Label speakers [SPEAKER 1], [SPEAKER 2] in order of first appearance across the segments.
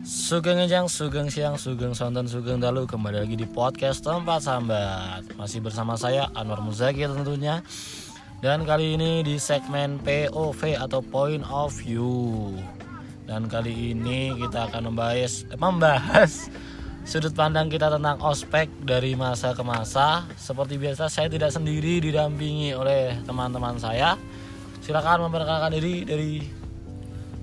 [SPEAKER 1] Sugeng Ejang, Sugeng Siang, Sugeng Sonten, Sugeng Dalu Kembali lagi di podcast Tempat Sambat Masih bersama saya Anwar Muzaki tentunya Dan kali ini di segmen POV atau Point of View Dan kali ini kita akan membahas, eh, membahas Sudut pandang kita tentang ospek dari masa ke masa Seperti biasa saya tidak sendiri didampingi oleh teman-teman saya Silakan memperkenalkan diri dari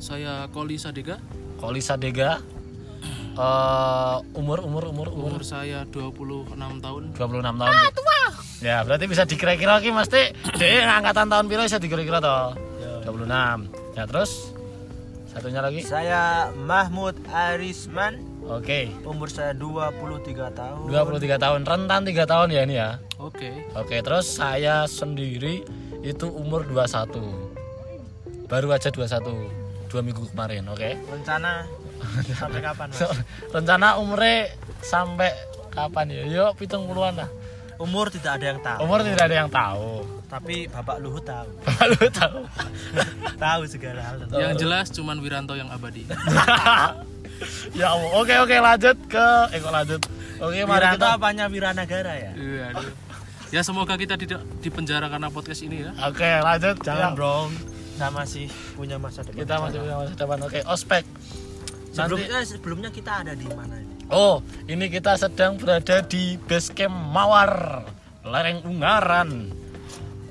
[SPEAKER 2] Saya Koli Sadega,
[SPEAKER 1] Kolisa Dega Eh, umur umur umur umur
[SPEAKER 2] umur saya 26 tahun.
[SPEAKER 1] 26 tahun. Ya, berarti bisa dikira-kira ki Mas Tik. Dek, angkatan tahun piro bisa dikira-kira toh? 26. Ya, terus satunya lagi.
[SPEAKER 3] Saya Mahmud Arisman,
[SPEAKER 1] Oke.
[SPEAKER 3] umur saya 23 tahun.
[SPEAKER 1] 23 tahun, rentan 3 tahun ya ini ya.
[SPEAKER 2] Oke.
[SPEAKER 1] Oke, terus saya sendiri itu umur 21. Baru aja 21 dua minggu kemarin, oke.
[SPEAKER 3] Rencana sampai kapan, Mas?
[SPEAKER 1] So, rencana umurnya sampai kapan ya? Yuk, pitung puluhan lah.
[SPEAKER 3] Umur tidak ada yang tahu,
[SPEAKER 1] Umur tidak ada yang tahu.
[SPEAKER 3] tapi Bapak Luhut tahu.
[SPEAKER 1] Bapak lu tahu.
[SPEAKER 3] tahu segala hal. tentang-
[SPEAKER 2] Yang jelas cuman Wiranto yang abadi.
[SPEAKER 1] ya Allah. Oke oke lanjut ke eh kok lanjut. Oke mari
[SPEAKER 3] Wiranto
[SPEAKER 1] kita
[SPEAKER 3] apanya Wiranagara ya?
[SPEAKER 2] Iya, aduh. ya semoga kita tidak dipenjara karena podcast ini ya.
[SPEAKER 1] Oke lanjut Kita-
[SPEAKER 3] Jangan, Bro. Kita masih punya masa depan.
[SPEAKER 1] Kita masih punya masa depan. Oke ospek. Nanti,
[SPEAKER 3] sebelumnya sebelumnya kita ada di mana ini?
[SPEAKER 1] oh ini kita sedang berada di base camp Mawar, lereng Ungaran.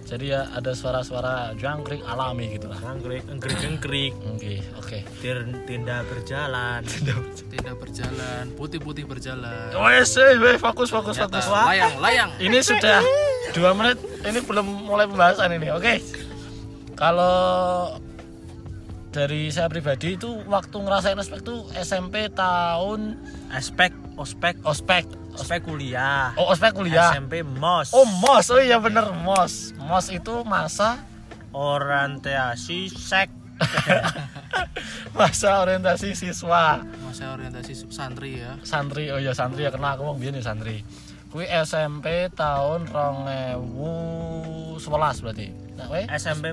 [SPEAKER 1] Jadi ya ada suara-suara jangkrik alami gitu lah.
[SPEAKER 3] Anggrek, anggrek-anggrek,
[SPEAKER 1] Oke oke.
[SPEAKER 3] tir- tenda berjalan.
[SPEAKER 2] Tidak berjalan, putih-putih berjalan.
[SPEAKER 1] Wes eh, weh, fokus fokus
[SPEAKER 2] Nyata,
[SPEAKER 1] fokus.
[SPEAKER 2] layang, layang.
[SPEAKER 1] Ini sudah dua menit. Ini belum mulai pembahasan ini. Oke. Kalau dari saya pribadi itu waktu ngerasain ospek tuh SMP tahun
[SPEAKER 3] Aspek, ospek,
[SPEAKER 1] ospek.
[SPEAKER 3] ospek kuliah.
[SPEAKER 1] Oh ospek kuliah.
[SPEAKER 3] SMP MOS.
[SPEAKER 1] Oh mos. Oh iya bener mos. Mos itu masa
[SPEAKER 3] Orientasi sek.
[SPEAKER 1] masa orientasi siswa
[SPEAKER 2] Masa orientasi santri ya.
[SPEAKER 1] santri. Oh iya santri ya kenal aku wong biyen ya santri. Kui SMP tahun 2011 berarti. Nah, weh.
[SPEAKER 3] SMP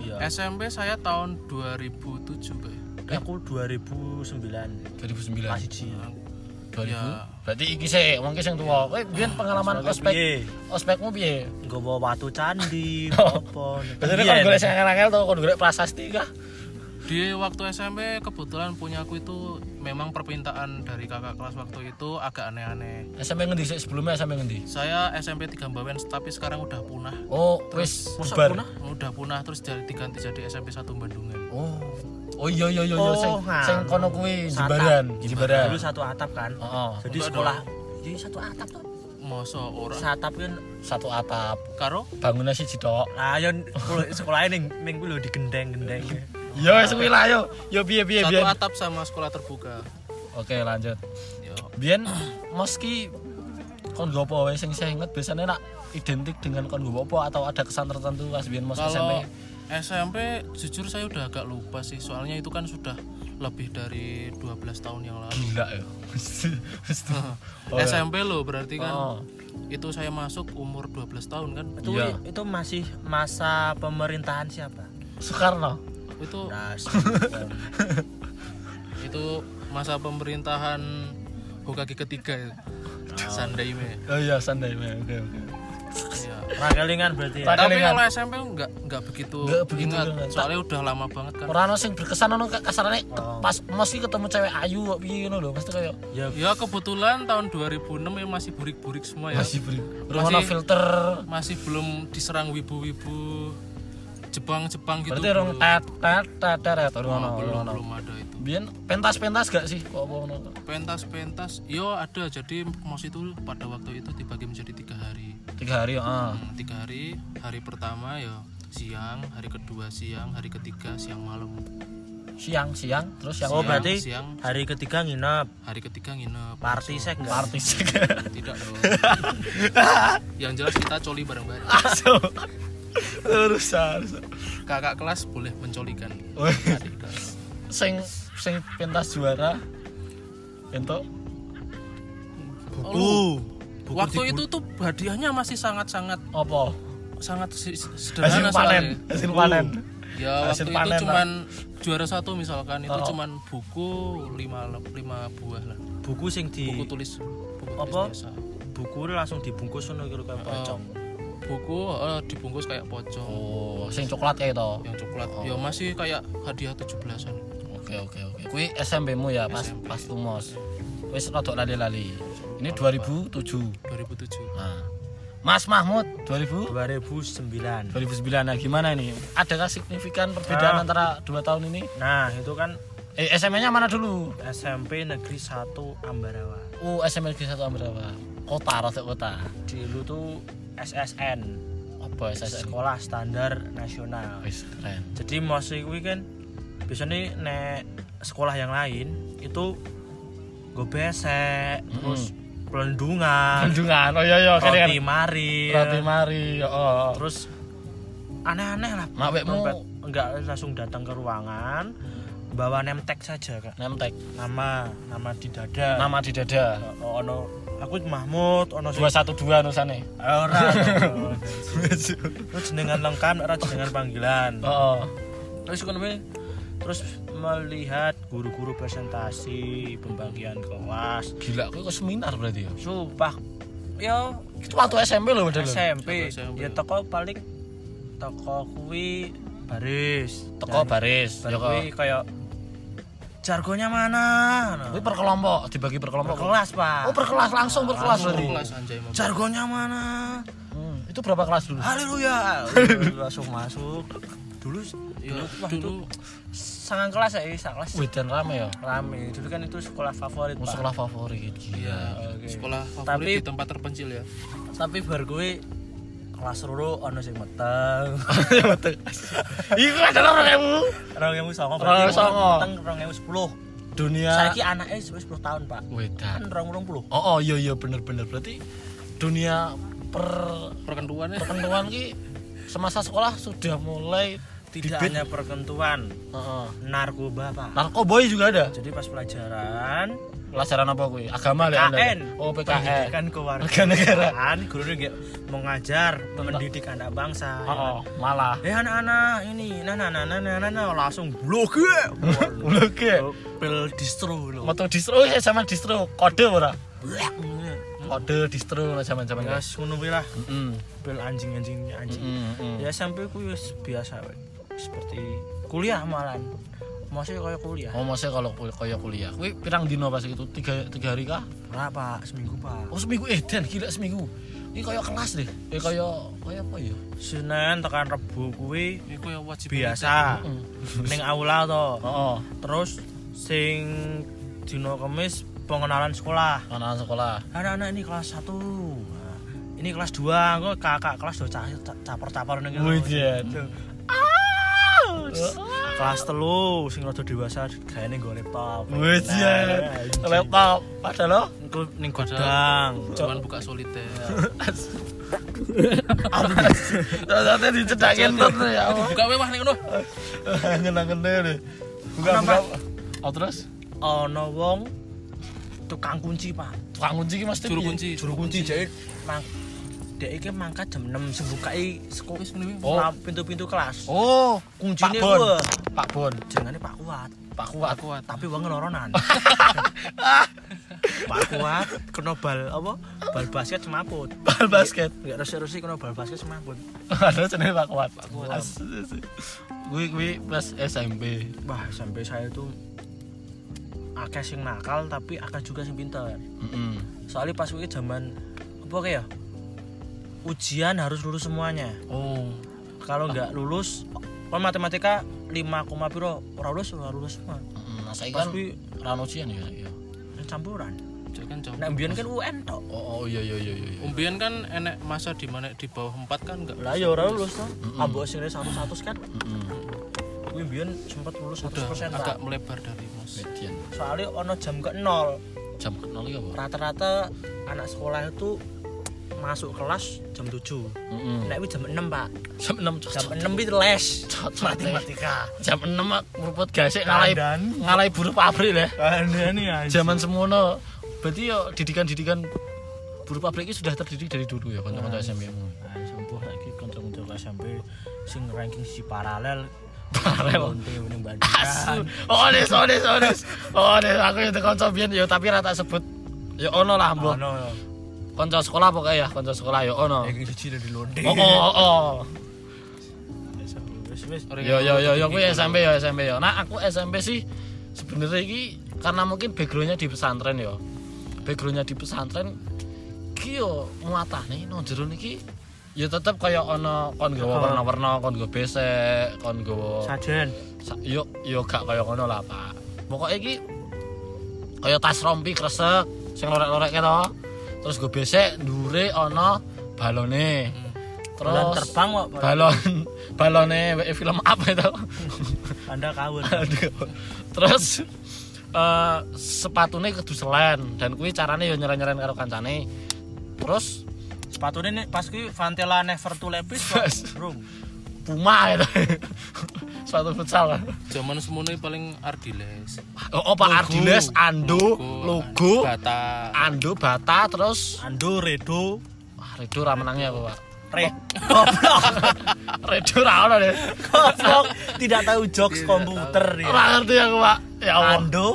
[SPEAKER 3] iya
[SPEAKER 2] SMP saya tahun 2007, Pak.
[SPEAKER 3] aku 2009
[SPEAKER 1] 2009.
[SPEAKER 3] masih di
[SPEAKER 1] 2000
[SPEAKER 2] Ya.
[SPEAKER 1] berarti iki sih wong ki sing tuwa kowe biyen pengalaman ospek
[SPEAKER 3] piye
[SPEAKER 1] ospekmu piye
[SPEAKER 3] nggawa watu candi iya, apa
[SPEAKER 1] Biasanya kan golek sing angel tau kon golek prasasti kah
[SPEAKER 2] Di waktu SMP kebetulan punya aku itu memang permintaan dari kakak kelas waktu itu agak aneh-aneh.
[SPEAKER 1] SMP ngendi sih sebelumnya SMP ngendi
[SPEAKER 2] Saya SMP 3 Mbawen tapi sekarang udah punah.
[SPEAKER 1] oh wis
[SPEAKER 3] masa
[SPEAKER 1] bubar
[SPEAKER 3] punah?
[SPEAKER 2] Oh, Udah punah terus jadi diganti jadi SMP 1 Bandungan.
[SPEAKER 1] oh oh iya iya iya iya,
[SPEAKER 3] Oh,
[SPEAKER 1] sing
[SPEAKER 3] nganu.
[SPEAKER 1] sing kono kuwi
[SPEAKER 3] Satan.
[SPEAKER 1] jebaran jebaran
[SPEAKER 3] dulu satu atap kan
[SPEAKER 1] heeh
[SPEAKER 3] jadi
[SPEAKER 2] Enggak
[SPEAKER 3] sekolah jadi satu atap tuh
[SPEAKER 2] Masa ora
[SPEAKER 3] satap kan
[SPEAKER 1] satu atap
[SPEAKER 2] karo
[SPEAKER 1] bangunnya siji tok
[SPEAKER 3] lah yo sekolah ini minggu lo digendeng-gendeng
[SPEAKER 1] ya wis kuwi lah yo yo piye piye
[SPEAKER 2] satu
[SPEAKER 1] piye
[SPEAKER 2] atap sama sekolah terbuka.
[SPEAKER 1] oke lanjut
[SPEAKER 2] Yo.
[SPEAKER 1] biyen moski kon nggo apa wae sing saya inget biasanya nak identik dengan kon nggo apa atau ada kesan tertentu pas biyen mos SMP
[SPEAKER 2] Kalau SMP jujur saya udah agak lupa sih soalnya itu kan sudah lebih dari 12 tahun yang lalu.
[SPEAKER 1] gila ya Mesti- mesti. Oh, ya.
[SPEAKER 2] SMP loh berarti kan
[SPEAKER 1] Oh.
[SPEAKER 2] itu saya masuk umur 12 tahun kan.
[SPEAKER 3] itu
[SPEAKER 1] Iya.
[SPEAKER 3] itu masih masa pemerintahan siapa
[SPEAKER 1] Soekarno
[SPEAKER 2] Itu
[SPEAKER 3] nah
[SPEAKER 2] itu masa pemerintahan Hokage ketiga ya. Sandai me.
[SPEAKER 1] oh iya sandai men. oke oke
[SPEAKER 2] Ya.
[SPEAKER 3] rakelingan berarti ya
[SPEAKER 1] Padahal
[SPEAKER 2] Tapi
[SPEAKER 1] ingat.
[SPEAKER 2] kalau SMP nggak nggak begitu
[SPEAKER 1] Nggak begitu
[SPEAKER 2] ingat.
[SPEAKER 1] ingat.
[SPEAKER 2] Soalnya udah lama banget kan.
[SPEAKER 1] orang sing berkesan ono ke- kasarane ke- pas moski ketemu cewek ayu kok piye ngono lho mesti koyo
[SPEAKER 3] ya
[SPEAKER 2] Ya kebetulan tahun 2006 ya masih burik-burik semua ya.
[SPEAKER 1] masih beri ono
[SPEAKER 2] Masih-
[SPEAKER 1] filter
[SPEAKER 2] masih belum diserang wibu-wibu Jepang-Jepang gitu.
[SPEAKER 1] berarti rong tet tet tet tet tet
[SPEAKER 2] belum,
[SPEAKER 1] ono
[SPEAKER 2] belum,
[SPEAKER 1] ono
[SPEAKER 2] belum ada itu.
[SPEAKER 1] biyen pentas-pentas gak sih kok apa ngono
[SPEAKER 2] Pentas-pentas, yo ada. Jadi mos itu pada waktu itu dibagi menjadi tiga hari.
[SPEAKER 1] tiga hari
[SPEAKER 3] Ah.
[SPEAKER 1] ah. heeh
[SPEAKER 2] Hmm, tiga hari, hari pertama ya siang, hari kedua siang, hari ketiga siang malam.
[SPEAKER 1] siang siang terus siang
[SPEAKER 3] oh berarti
[SPEAKER 2] siang.
[SPEAKER 3] hari ketiga nginep
[SPEAKER 2] Hari ketiga nginep.
[SPEAKER 3] party sek enggak
[SPEAKER 1] artis
[SPEAKER 2] Tidak dong. Yang jelas kita coli bareng-bareng.
[SPEAKER 1] langsung terus harus
[SPEAKER 2] Kakak kelas boleh mencolikan.
[SPEAKER 1] Wih.
[SPEAKER 2] Adik kelas.
[SPEAKER 1] sing sing pentas juara entuk
[SPEAKER 3] buku
[SPEAKER 2] Oh. Waktu itu tuh hadiahnya masih sangat-sangat
[SPEAKER 1] apa
[SPEAKER 2] sangat si-
[SPEAKER 1] hasil panen
[SPEAKER 2] sederhana soalnya.
[SPEAKER 1] hasil panen
[SPEAKER 2] Ya
[SPEAKER 1] Hasil
[SPEAKER 2] waktu
[SPEAKER 1] panen,
[SPEAKER 2] itu cuman juara satu misalkan itu
[SPEAKER 3] Oh.
[SPEAKER 2] cuman buku lima lima buah lah
[SPEAKER 3] buku sing di
[SPEAKER 2] buku tulis buku tulis
[SPEAKER 3] Apa?
[SPEAKER 2] biasa
[SPEAKER 3] buku langsung dibungkus ngono kira kaya pocong.
[SPEAKER 2] buku eh, dibungkus kayak pocong
[SPEAKER 1] Oh, sing coklat ya itu.
[SPEAKER 2] yang coklat ya
[SPEAKER 3] Oh.
[SPEAKER 2] masih kayak hadiah 17-an
[SPEAKER 1] Oke oke oke. Kui SMP mu ya pas
[SPEAKER 2] SMP.
[SPEAKER 1] pas tumos. Wis rodok lali-lali. Ini 2007.
[SPEAKER 2] 2007
[SPEAKER 1] Nah. Mas Mahmud 2000
[SPEAKER 3] 2009.
[SPEAKER 1] 2009. Nah, gimana ini? Adakah signifikan perbedaan
[SPEAKER 3] Nah.
[SPEAKER 1] antara dua tahun ini?
[SPEAKER 3] Nah, itu kan
[SPEAKER 1] Eh, SMA-nya mana dulu?
[SPEAKER 3] SMP Negeri 1 Ambarawa.
[SPEAKER 1] Oh, SMA Negeri 1 Ambarawa. Kota, rotok kota.
[SPEAKER 3] Dulu tuh SSN,
[SPEAKER 1] Apa ya, SSN?
[SPEAKER 3] Sekolah Standar Nasional.
[SPEAKER 1] Wis keren.
[SPEAKER 3] Jadi masih kuwi kan biasanya nek sekolah yang lain itu gue besek, terus pelendungan,
[SPEAKER 1] Kandungan. Oh iya iya, keren.
[SPEAKER 3] Ah. roti mari, ya.
[SPEAKER 1] Roti mari. Oh.
[SPEAKER 3] terus aneh-aneh lah.
[SPEAKER 1] Mak wekmu
[SPEAKER 3] Dompet enggak langsung datang ke ruangan, bawa nemtek saja kak.
[SPEAKER 1] nemtek.
[SPEAKER 3] Nama, nama di dada.
[SPEAKER 1] Nama di dada.
[SPEAKER 3] Oh, ono aku Mahmud ono sing-
[SPEAKER 1] 212 nusane.
[SPEAKER 3] Eh, ora lu jenengan lengkap ora jenengan panggilan
[SPEAKER 1] Heeh.
[SPEAKER 3] terus ekonomi terus melihat guru-guru presentasi pembagian kelas
[SPEAKER 1] Gila, kok kok seminar berarti ya?
[SPEAKER 3] sumpah yo
[SPEAKER 1] Itu waktu SMP loh padahal.
[SPEAKER 3] SMP
[SPEAKER 2] Satu SMP.
[SPEAKER 3] ya toko paling toko kuwi baris
[SPEAKER 1] Teko
[SPEAKER 3] Dan
[SPEAKER 1] baris,
[SPEAKER 3] bar
[SPEAKER 1] ya kok.
[SPEAKER 3] kuwi kayak jargonnya mana Nah,
[SPEAKER 1] Kuwi per kelompok, dibagi per kelompok.
[SPEAKER 3] kelas pak
[SPEAKER 1] Oh, per kelas langsung per kelas berarti.
[SPEAKER 2] kelas anjay Mama.
[SPEAKER 3] jargonnya mana
[SPEAKER 1] Hmm, Itu berapa kelas dulu?
[SPEAKER 3] Haleluya. langsung masuk. Dulu
[SPEAKER 2] Ya,
[SPEAKER 3] dulu wah, itu
[SPEAKER 2] dulu
[SPEAKER 3] sangang kelas ya, sangang kelas.
[SPEAKER 1] Wih, dan rame ya.
[SPEAKER 3] Rame. Dulu kan itu sekolah favorit,
[SPEAKER 1] Mau
[SPEAKER 3] Pak.
[SPEAKER 1] Oh, sekolah favorit. Gila.
[SPEAKER 2] ya
[SPEAKER 3] Oke.
[SPEAKER 2] sekolah favorit
[SPEAKER 3] Tapi-
[SPEAKER 2] di tempat terpencil ya
[SPEAKER 3] Tapi bar gue kelas loro ono sing meteng.
[SPEAKER 1] Iya, Iku adalah orang yang
[SPEAKER 3] 2009
[SPEAKER 1] Orang
[SPEAKER 3] berarti
[SPEAKER 1] songo.
[SPEAKER 3] meteng 2010.
[SPEAKER 1] dunia
[SPEAKER 3] Saiki anaknya wis 10 tahun, Pak. Kan
[SPEAKER 1] wedan.
[SPEAKER 3] 2020.
[SPEAKER 1] Oh, oh iya iya bener-bener berarti dunia per
[SPEAKER 2] perkenduannya
[SPEAKER 1] perkentuan ki semasa sekolah sudah mulai
[SPEAKER 3] Tidak
[SPEAKER 1] dibet-
[SPEAKER 3] hanya perkentuan,
[SPEAKER 1] Heeh.
[SPEAKER 3] narkoba, Pak.
[SPEAKER 1] Narkoboy juga ada.
[SPEAKER 3] Jadi pas pelajaran
[SPEAKER 1] Pelajaran apa kuwi? Agama lah. ya,
[SPEAKER 3] KN,
[SPEAKER 1] Anda? Oh, PKN.
[SPEAKER 3] pendidikan kewarganegaraan,
[SPEAKER 1] Kewarganegaraan.
[SPEAKER 3] guru nggak mengajar mendidik anak bangsa. ya kan?
[SPEAKER 1] Oh, oh, malah.
[SPEAKER 3] Eh anak-anak ini, nah nah nah nah nah, nah, nah, langsung blok ya.
[SPEAKER 1] Oke.
[SPEAKER 3] Pil distro
[SPEAKER 1] Oh,
[SPEAKER 3] lo.
[SPEAKER 1] Moto distro eh sama distro kode ora?
[SPEAKER 3] Blek.
[SPEAKER 1] Kode distro lah zaman-zaman Hmm,
[SPEAKER 3] Ya
[SPEAKER 1] guys.
[SPEAKER 3] ngono kuwi lah,
[SPEAKER 1] Heeh.
[SPEAKER 3] pil anjing-anjing anjing.
[SPEAKER 1] Heeh.
[SPEAKER 3] Ya SMP ku wis biasa we. Seperti kuliah malahan. Maksudnya kayak kuliah.
[SPEAKER 1] Oh, maksudnya kalau kul- kaya kuliah. Kuwi pirang dino pas itu? Tiga, tiga hari kah?
[SPEAKER 3] Ora, Pak, seminggu, Pak.
[SPEAKER 1] Oh, seminggu eh dan gila seminggu. Ini kaya kelas deh. Eh kaya kaya apa ya?
[SPEAKER 3] Senin tekan Rebo kuwi
[SPEAKER 2] itu ya wajib
[SPEAKER 3] biasa ning aula to.
[SPEAKER 1] Heeh.
[SPEAKER 3] Terus sing dino Kamis pengenalan sekolah.
[SPEAKER 1] Anak sekolah.
[SPEAKER 3] anak-anak ini kelas 1 Nah, ini kelas 2 kok kakak kelas 2 caper-caper ning
[SPEAKER 1] Wih, Jen.
[SPEAKER 3] kelas telu sing rada dewasa gaene nggo laptop Nah,
[SPEAKER 1] Wajan. ya. Laptop padahal oh.
[SPEAKER 3] engko ning godang
[SPEAKER 2] cuman buka soliter
[SPEAKER 1] ternyata dicedakin terus ya.
[SPEAKER 2] buka mewah nih Unuh.
[SPEAKER 1] Angen-angen deh. Buka
[SPEAKER 3] Kenapa?
[SPEAKER 1] buka. Oh, terus
[SPEAKER 3] ana wong tukang kunci Pak
[SPEAKER 1] tukang kunci ki mesti
[SPEAKER 2] juru
[SPEAKER 1] piye?
[SPEAKER 2] kunci
[SPEAKER 3] juru kunci jahit mang dek iki mangkat jam 6 sing bukai sekolah
[SPEAKER 2] Wis ngene,
[SPEAKER 1] Oh.
[SPEAKER 3] pintu-pintu kelas
[SPEAKER 1] Oh,
[SPEAKER 3] kuncine
[SPEAKER 1] Pak Bon.
[SPEAKER 3] wah.
[SPEAKER 1] Pak Bon,
[SPEAKER 3] jenenge Pak Kuat
[SPEAKER 1] Pak Kuat.
[SPEAKER 2] kuat
[SPEAKER 3] tapi wong loronan Pak Kuat kena bal apa bal basket semaput
[SPEAKER 1] Bal basket.
[SPEAKER 3] nggak resi-resi kena bal basket semaput
[SPEAKER 1] Ada jenenge Pak Kuat. Pak
[SPEAKER 3] Kuat.
[SPEAKER 1] Gue gue pas SMP.
[SPEAKER 3] wah sampai saya tuh akeh sing nakal tapi akeh juga sing pinter
[SPEAKER 1] Heeh.
[SPEAKER 3] soalnya pas itu zaman apa kayak ya ujian harus lulus semuanya
[SPEAKER 1] Oh.
[SPEAKER 3] kalau nggak lulus kalau matematika 5, koma piro ora lulus ora lulus semua
[SPEAKER 1] Mm, Nah, saya
[SPEAKER 3] pas
[SPEAKER 1] kan
[SPEAKER 3] kuwi
[SPEAKER 1] rano ujian ya. saya.
[SPEAKER 3] campuran
[SPEAKER 2] Jadi kan jam
[SPEAKER 3] nah mbiyen kan UN tok
[SPEAKER 1] Oh, oh iya iya iya iya.
[SPEAKER 2] Umbian kan enek masa di mana di bawah 4 kan enggak.
[SPEAKER 3] lah ya ora lulus toh ambok sing satu satu kan kuwi mbiyen sempat lulus 100%
[SPEAKER 2] Udah
[SPEAKER 3] persen
[SPEAKER 2] agak melebar dari Mas.
[SPEAKER 1] Median.
[SPEAKER 3] soalnya ono jam ke nol
[SPEAKER 1] Jam kenal ya, Pak?
[SPEAKER 3] rata-rata anak sekolah itu masuk kelas jam 7
[SPEAKER 1] Heeh.
[SPEAKER 3] Nek kuwi jam 6, Pak.
[SPEAKER 1] Jam 6
[SPEAKER 3] Jam 6 itu les
[SPEAKER 1] Cocok.
[SPEAKER 3] matematika.
[SPEAKER 1] Jam 6 mak meruput gasik ngalai
[SPEAKER 3] Tandan. ya,
[SPEAKER 1] ngalai buruh pabrik ya. lah.
[SPEAKER 3] Aneh aja.
[SPEAKER 1] Zaman semono berarti yo didikan-didikan buruh pabrik itu sudah terdidik dari dulu ya kanca-kanca SMP mu.
[SPEAKER 3] Sembuh lagi kanca-kanca SMP sing ranking si paralel
[SPEAKER 1] Parel.
[SPEAKER 3] Lonte mending
[SPEAKER 1] Asu. Ones ones ones. Ones aku itu kanca biyen yo tapi rata sebut. Yo ono lah mbok.
[SPEAKER 3] Oh, no. no.
[SPEAKER 1] Kanca sekolah pokoknya ya, kanca sekolah yo ono.
[SPEAKER 3] Ya, gini sih dari lonte.
[SPEAKER 1] Oh oh oh, oh.
[SPEAKER 3] Wis, wis.
[SPEAKER 2] Orang
[SPEAKER 1] Yo
[SPEAKER 2] yang
[SPEAKER 1] yo
[SPEAKER 2] dulu
[SPEAKER 1] yo yo aku
[SPEAKER 2] tuh gitu.
[SPEAKER 1] SMP yo SMP yo. Nah, aku SMP sih sebenarnya iki karena mungkin backgroundnya di pesantren yo. Backgroundnya di pesantren iki yo muatane nang jero niki ya tetep kaya ana kon
[SPEAKER 3] Oh.
[SPEAKER 1] nggawa warna-warna, kon nggawa besek, kon nggawa
[SPEAKER 3] Sajen.
[SPEAKER 1] Sa- yo yo gak kaya ngono lah, Pak. Pokoke iki kaya tas rompi kresek sing lorek-lorek to. Terus go besek ndure ana balone. Terus
[SPEAKER 3] Hmm. Balon terbang kok. balon.
[SPEAKER 1] balon balone wae film apa itu
[SPEAKER 3] Anda kawin.
[SPEAKER 1] aduh terus eh sepatune kudu selen dan kuwi carane yo nyeren-nyeren karo kancane terus
[SPEAKER 3] Sepatune nih pas kuwi Vantela Never to Lepis kok, Bro.
[SPEAKER 1] Puma itu sepatu futsal lah.
[SPEAKER 2] Zaman semono iki paling Ardiles.
[SPEAKER 1] oh, oh Pak Ardiles Ando logo
[SPEAKER 2] Bata.
[SPEAKER 1] Ando Bata terus
[SPEAKER 3] Ando Redo
[SPEAKER 1] wah Redo ra menangnya apa Pak
[SPEAKER 3] Re. Goblok.
[SPEAKER 1] Redo ra ono deh
[SPEAKER 3] Goblok. Tidak tahu jokes
[SPEAKER 1] ora
[SPEAKER 3] komputer ya.
[SPEAKER 1] ngerti aku Pak ya Allah
[SPEAKER 3] Ando,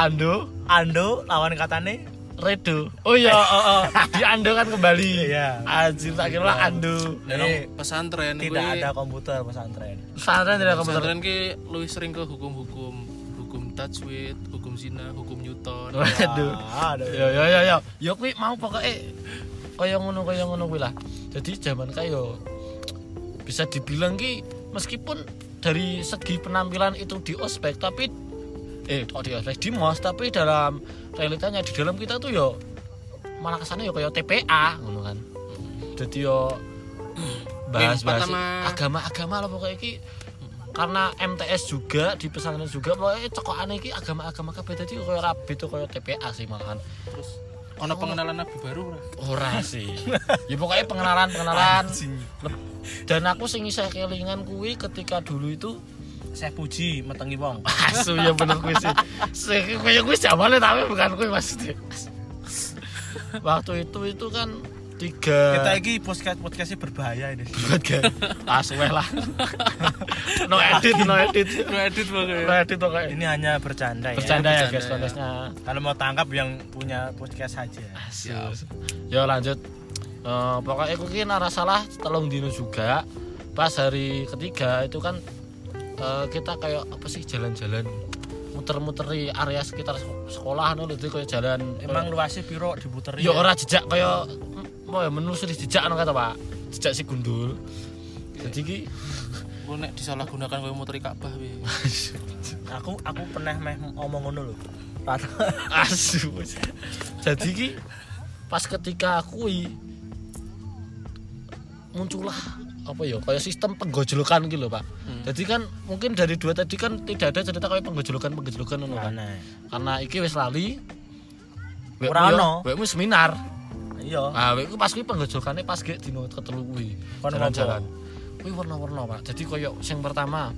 [SPEAKER 1] Ando
[SPEAKER 3] Ando lawan katane
[SPEAKER 1] Redo oh iya oh, oh. di Ando kan kembali
[SPEAKER 3] Iya.
[SPEAKER 1] anjir tak kira Ando
[SPEAKER 2] Dan
[SPEAKER 3] Eh,
[SPEAKER 2] nang pesantren
[SPEAKER 3] tidak
[SPEAKER 2] kuwi-
[SPEAKER 3] ada komputer pesantren.
[SPEAKER 1] pesantren tidak komputer
[SPEAKER 2] pesantren ki luwih sering ke hukum-hukum hukum tajwid, hukum zina, hukum Newton.
[SPEAKER 1] Waduh.
[SPEAKER 3] Ah, ada.
[SPEAKER 1] Yo yo yo yo. Yo kuwi mau pokoke kaya ngono kaya ngono kuwi lah. Jadi zaman kayo bisa dibilang ki meskipun dari segi penampilan itu di ospek tapi eh kok di ospek di mos tapi dalam realitanya di dalam kita tuh yo malah kesannya yo kaya TPA ngono kan. Jadi yo bahas-bahas
[SPEAKER 2] pertama-
[SPEAKER 1] agama-agama lah pokoknya ki karena MTS juga di pesantren juga pokoknya cokokan iki agama-agama kabeh dadi kaya rabi tuh kaya TPA sih malahan
[SPEAKER 2] Terus ono pengenalan nabi baru ora?
[SPEAKER 1] ora sih ya pokoknya pengenalan pengenalan dan aku sing isih kelingan kuwi ketika dulu itu
[SPEAKER 3] Saya puji metengi wong.
[SPEAKER 1] asu ya bener kuwi sih sing kaya kuwi jamane tapi bukan kuwi maksudnya waktu itu itu kan tiga
[SPEAKER 3] Kita iki podcast podcastnya berbahaya ini.
[SPEAKER 1] buat gak asu weh lah no edit no edit
[SPEAKER 2] Lu edit
[SPEAKER 1] no edit pokoknya
[SPEAKER 3] Ini hanya bercanda ya.
[SPEAKER 1] bercanda ya
[SPEAKER 2] bercanda
[SPEAKER 1] guys
[SPEAKER 2] ya.
[SPEAKER 1] konteksnya
[SPEAKER 3] Kalau mau tangkap yang punya podcast saja.
[SPEAKER 1] Siap. Yo Ya, lanjut. Eh, pokoknya aku kira arah salah telung dino juga. Pas hari ketiga itu kan eh, kita kayak apa sih jalan-jalan muter-muteri area sekitar sek- sekolah no itu kayak jalan
[SPEAKER 3] Emang luasnya piro diputerin?
[SPEAKER 1] yo ora jejak kayak mau ya menelusuri jejak no kata Pak. Jejak si gundul. Jadi ki
[SPEAKER 2] Gue nek disalahgunakan koyo muteri Ka'bah weh.
[SPEAKER 3] aku aku pernah meh ngomong ngono lho.
[SPEAKER 1] asu. Jadi ki pas ketika aku i, muncullah apa ya kayak sistem penggojolokan gitu loh pak jadi kan mungkin dari dua tadi kan tidak ada cerita kayak penggojolokan penggojolokan ngono kan
[SPEAKER 3] Mana?
[SPEAKER 1] karena iki wis lali Wekmu
[SPEAKER 3] Ora
[SPEAKER 1] ya-
[SPEAKER 3] ono.
[SPEAKER 1] wekmu seminar
[SPEAKER 3] Iya.
[SPEAKER 1] nah wekmu pas kuwi penggojolokannya pas gek dino ketelu kuwi
[SPEAKER 3] Kon
[SPEAKER 1] jalan-jalan kuwi warna-warna pak jadi kayak yang pertama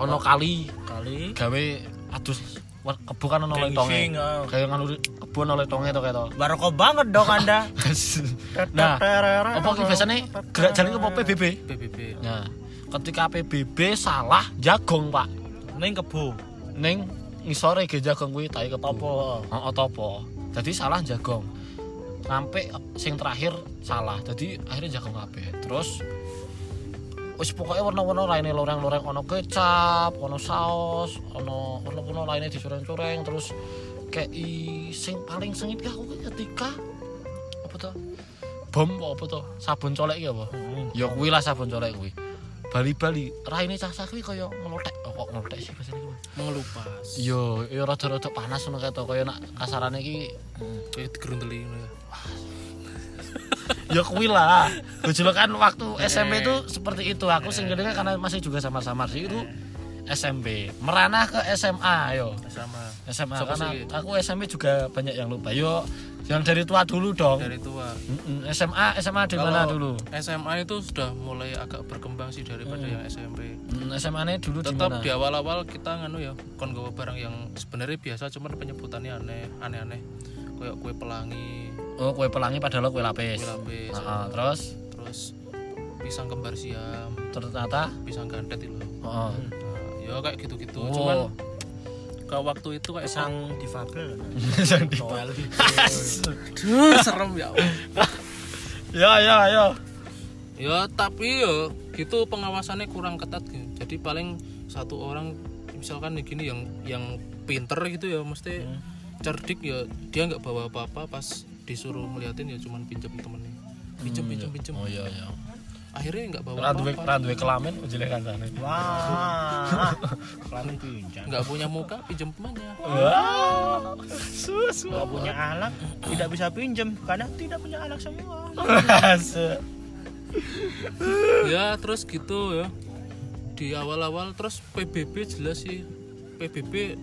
[SPEAKER 1] ono kali
[SPEAKER 3] Kali
[SPEAKER 1] gawe adus war- kebo kan ono
[SPEAKER 3] Kayak ngising,
[SPEAKER 1] letonge
[SPEAKER 3] ah.
[SPEAKER 1] kayak nganu kebo ono letonge to kayak to
[SPEAKER 3] barokah banget dong Anda.
[SPEAKER 1] nah apa ki biasane gerak jalan ke PBB
[SPEAKER 2] BBB.
[SPEAKER 1] Nah, ketika PBB salah jagong, Pak.
[SPEAKER 3] Ning kebo.
[SPEAKER 1] Ning ngisore ge jagong kuwi tai
[SPEAKER 3] Apa?
[SPEAKER 1] kepo. Heeh, topo. Jadi salah jagong. Sampai sing terakhir salah. Jadi akhirnya jagong kabeh. Terus wis pokoknya warna-warna lainnya loreng-loreng ono kecap, ono saus, ono ono-ono lainnya dicoreng-coreng terus kayak i- sing paling sengit ki aku ki ketika apa tuh bom apa tuh sabun colek ya apa ya kuwi lah sabun colek kuwi bali-bali raine cah-cah kuwi kaya ngelotek oh, kok ngelotek sih bahasane kuwi
[SPEAKER 2] Mengelupas.
[SPEAKER 1] yo yo Iya, rada-rada panas ngono kae to kaya nak kasarane iki
[SPEAKER 2] Kayak digerundeli ngono ya.
[SPEAKER 1] ya kuwi lah bojolokan waktu SMP itu seperti itu aku sing kedengar karena masih juga samar-samar sih itu SMP meranah ke SMA yo
[SPEAKER 2] Sama
[SPEAKER 1] SMA
[SPEAKER 2] Siapa
[SPEAKER 1] karena
[SPEAKER 2] sih?
[SPEAKER 1] aku SMP juga banyak yang lupa yo yang dari tua dulu dong
[SPEAKER 2] dari tua.
[SPEAKER 1] Mm-mm, SMA SMA di mana
[SPEAKER 2] Kalau
[SPEAKER 1] dulu
[SPEAKER 2] SMA itu sudah mulai agak berkembang sih daripada
[SPEAKER 1] Hmm.
[SPEAKER 2] yang SMP.
[SPEAKER 1] Mm, SMA nya dulu di
[SPEAKER 2] Tetap
[SPEAKER 1] mana
[SPEAKER 2] di awal-awal kita nganu ya kon gawa barang yang sebenarnya biasa cuman penyebutannya aneh, aneh-aneh. Kayak kue pelangi,
[SPEAKER 1] oh kue pelangi padahal kue lapis,
[SPEAKER 2] kue lapis,
[SPEAKER 1] Heeh, terus
[SPEAKER 2] terus pisang kembar siam,
[SPEAKER 1] ternyata
[SPEAKER 2] pisang gandet itu.
[SPEAKER 1] oh,
[SPEAKER 2] ya kayak gitu-gitu
[SPEAKER 1] Wow.
[SPEAKER 2] cuman ke waktu itu kayak sang
[SPEAKER 3] Eh, sang difabel gitu.
[SPEAKER 1] Yang di-
[SPEAKER 3] Soal
[SPEAKER 2] serem ya Allah.
[SPEAKER 1] ya ya ya
[SPEAKER 2] ya tapi ya gitu pengawasannya kurang ketat gitu. jadi paling satu orang misalkan ya gini yang yang pinter gitu ya mesti cerdik ya dia nggak bawa apa-apa pas disuruh ngeliatin ya cuman pinjem temennya pinjem pinjem pinjem
[SPEAKER 1] oh ya ya
[SPEAKER 2] akhirnya nggak bawa
[SPEAKER 1] radwe
[SPEAKER 2] apa-apa
[SPEAKER 1] radwe kelamin jelekan sana
[SPEAKER 3] wah kelamin pincang
[SPEAKER 2] nggak punya muka pinjem temannya
[SPEAKER 1] Wah, susu
[SPEAKER 3] nggak punya anak tidak bisa pinjem karena tidak punya anak semua
[SPEAKER 2] ya terus gitu ya di awal-awal terus PBB jelas sih PBB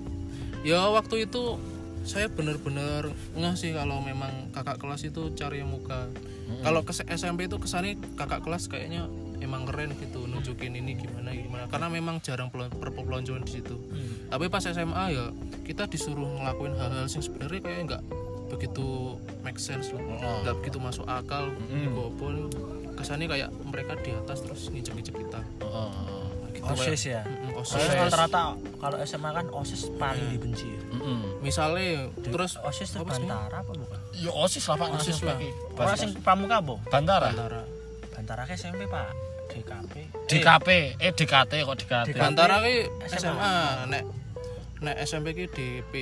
[SPEAKER 2] ya waktu itu saya bener-bener ngeh sih kalau memang kakak kelas itu cari yang muka kalau ke SMP itu kesannya kakak kelas kayaknya emang keren gitu nunjukin ini gimana gimana karena memang jarang pelon- perpeloncoan di situ tapi pas SMA ya kita disuruh ngelakuin hal-hal yang sebenarnya kayak nggak begitu make sense loh nggak begitu masuk akal
[SPEAKER 1] Mm.
[SPEAKER 2] walaupun kesannya kayak mereka di atas terus ngicip-ngicip kita Nah, gitu kayak-
[SPEAKER 3] osis ya
[SPEAKER 2] Mm, osis.
[SPEAKER 3] osis
[SPEAKER 2] Terus-
[SPEAKER 3] rata-rata kalau SMA kan osis paling dibenci ya.
[SPEAKER 2] misalnya terus
[SPEAKER 3] osis itu
[SPEAKER 2] apa sih?
[SPEAKER 3] bantara apa bukan
[SPEAKER 1] Yo Oh, osis lah pak
[SPEAKER 2] Osis,
[SPEAKER 1] Pak.
[SPEAKER 2] Pak.
[SPEAKER 3] orang sing pramuka bu
[SPEAKER 1] Bantara
[SPEAKER 2] Bantara
[SPEAKER 3] bantara ke SMP pak DKP
[SPEAKER 1] DKP eh DKT kok DKT
[SPEAKER 3] DKT.
[SPEAKER 2] Bantara ki
[SPEAKER 3] SMA.
[SPEAKER 2] SMA Nah, nek nek SMP ki DP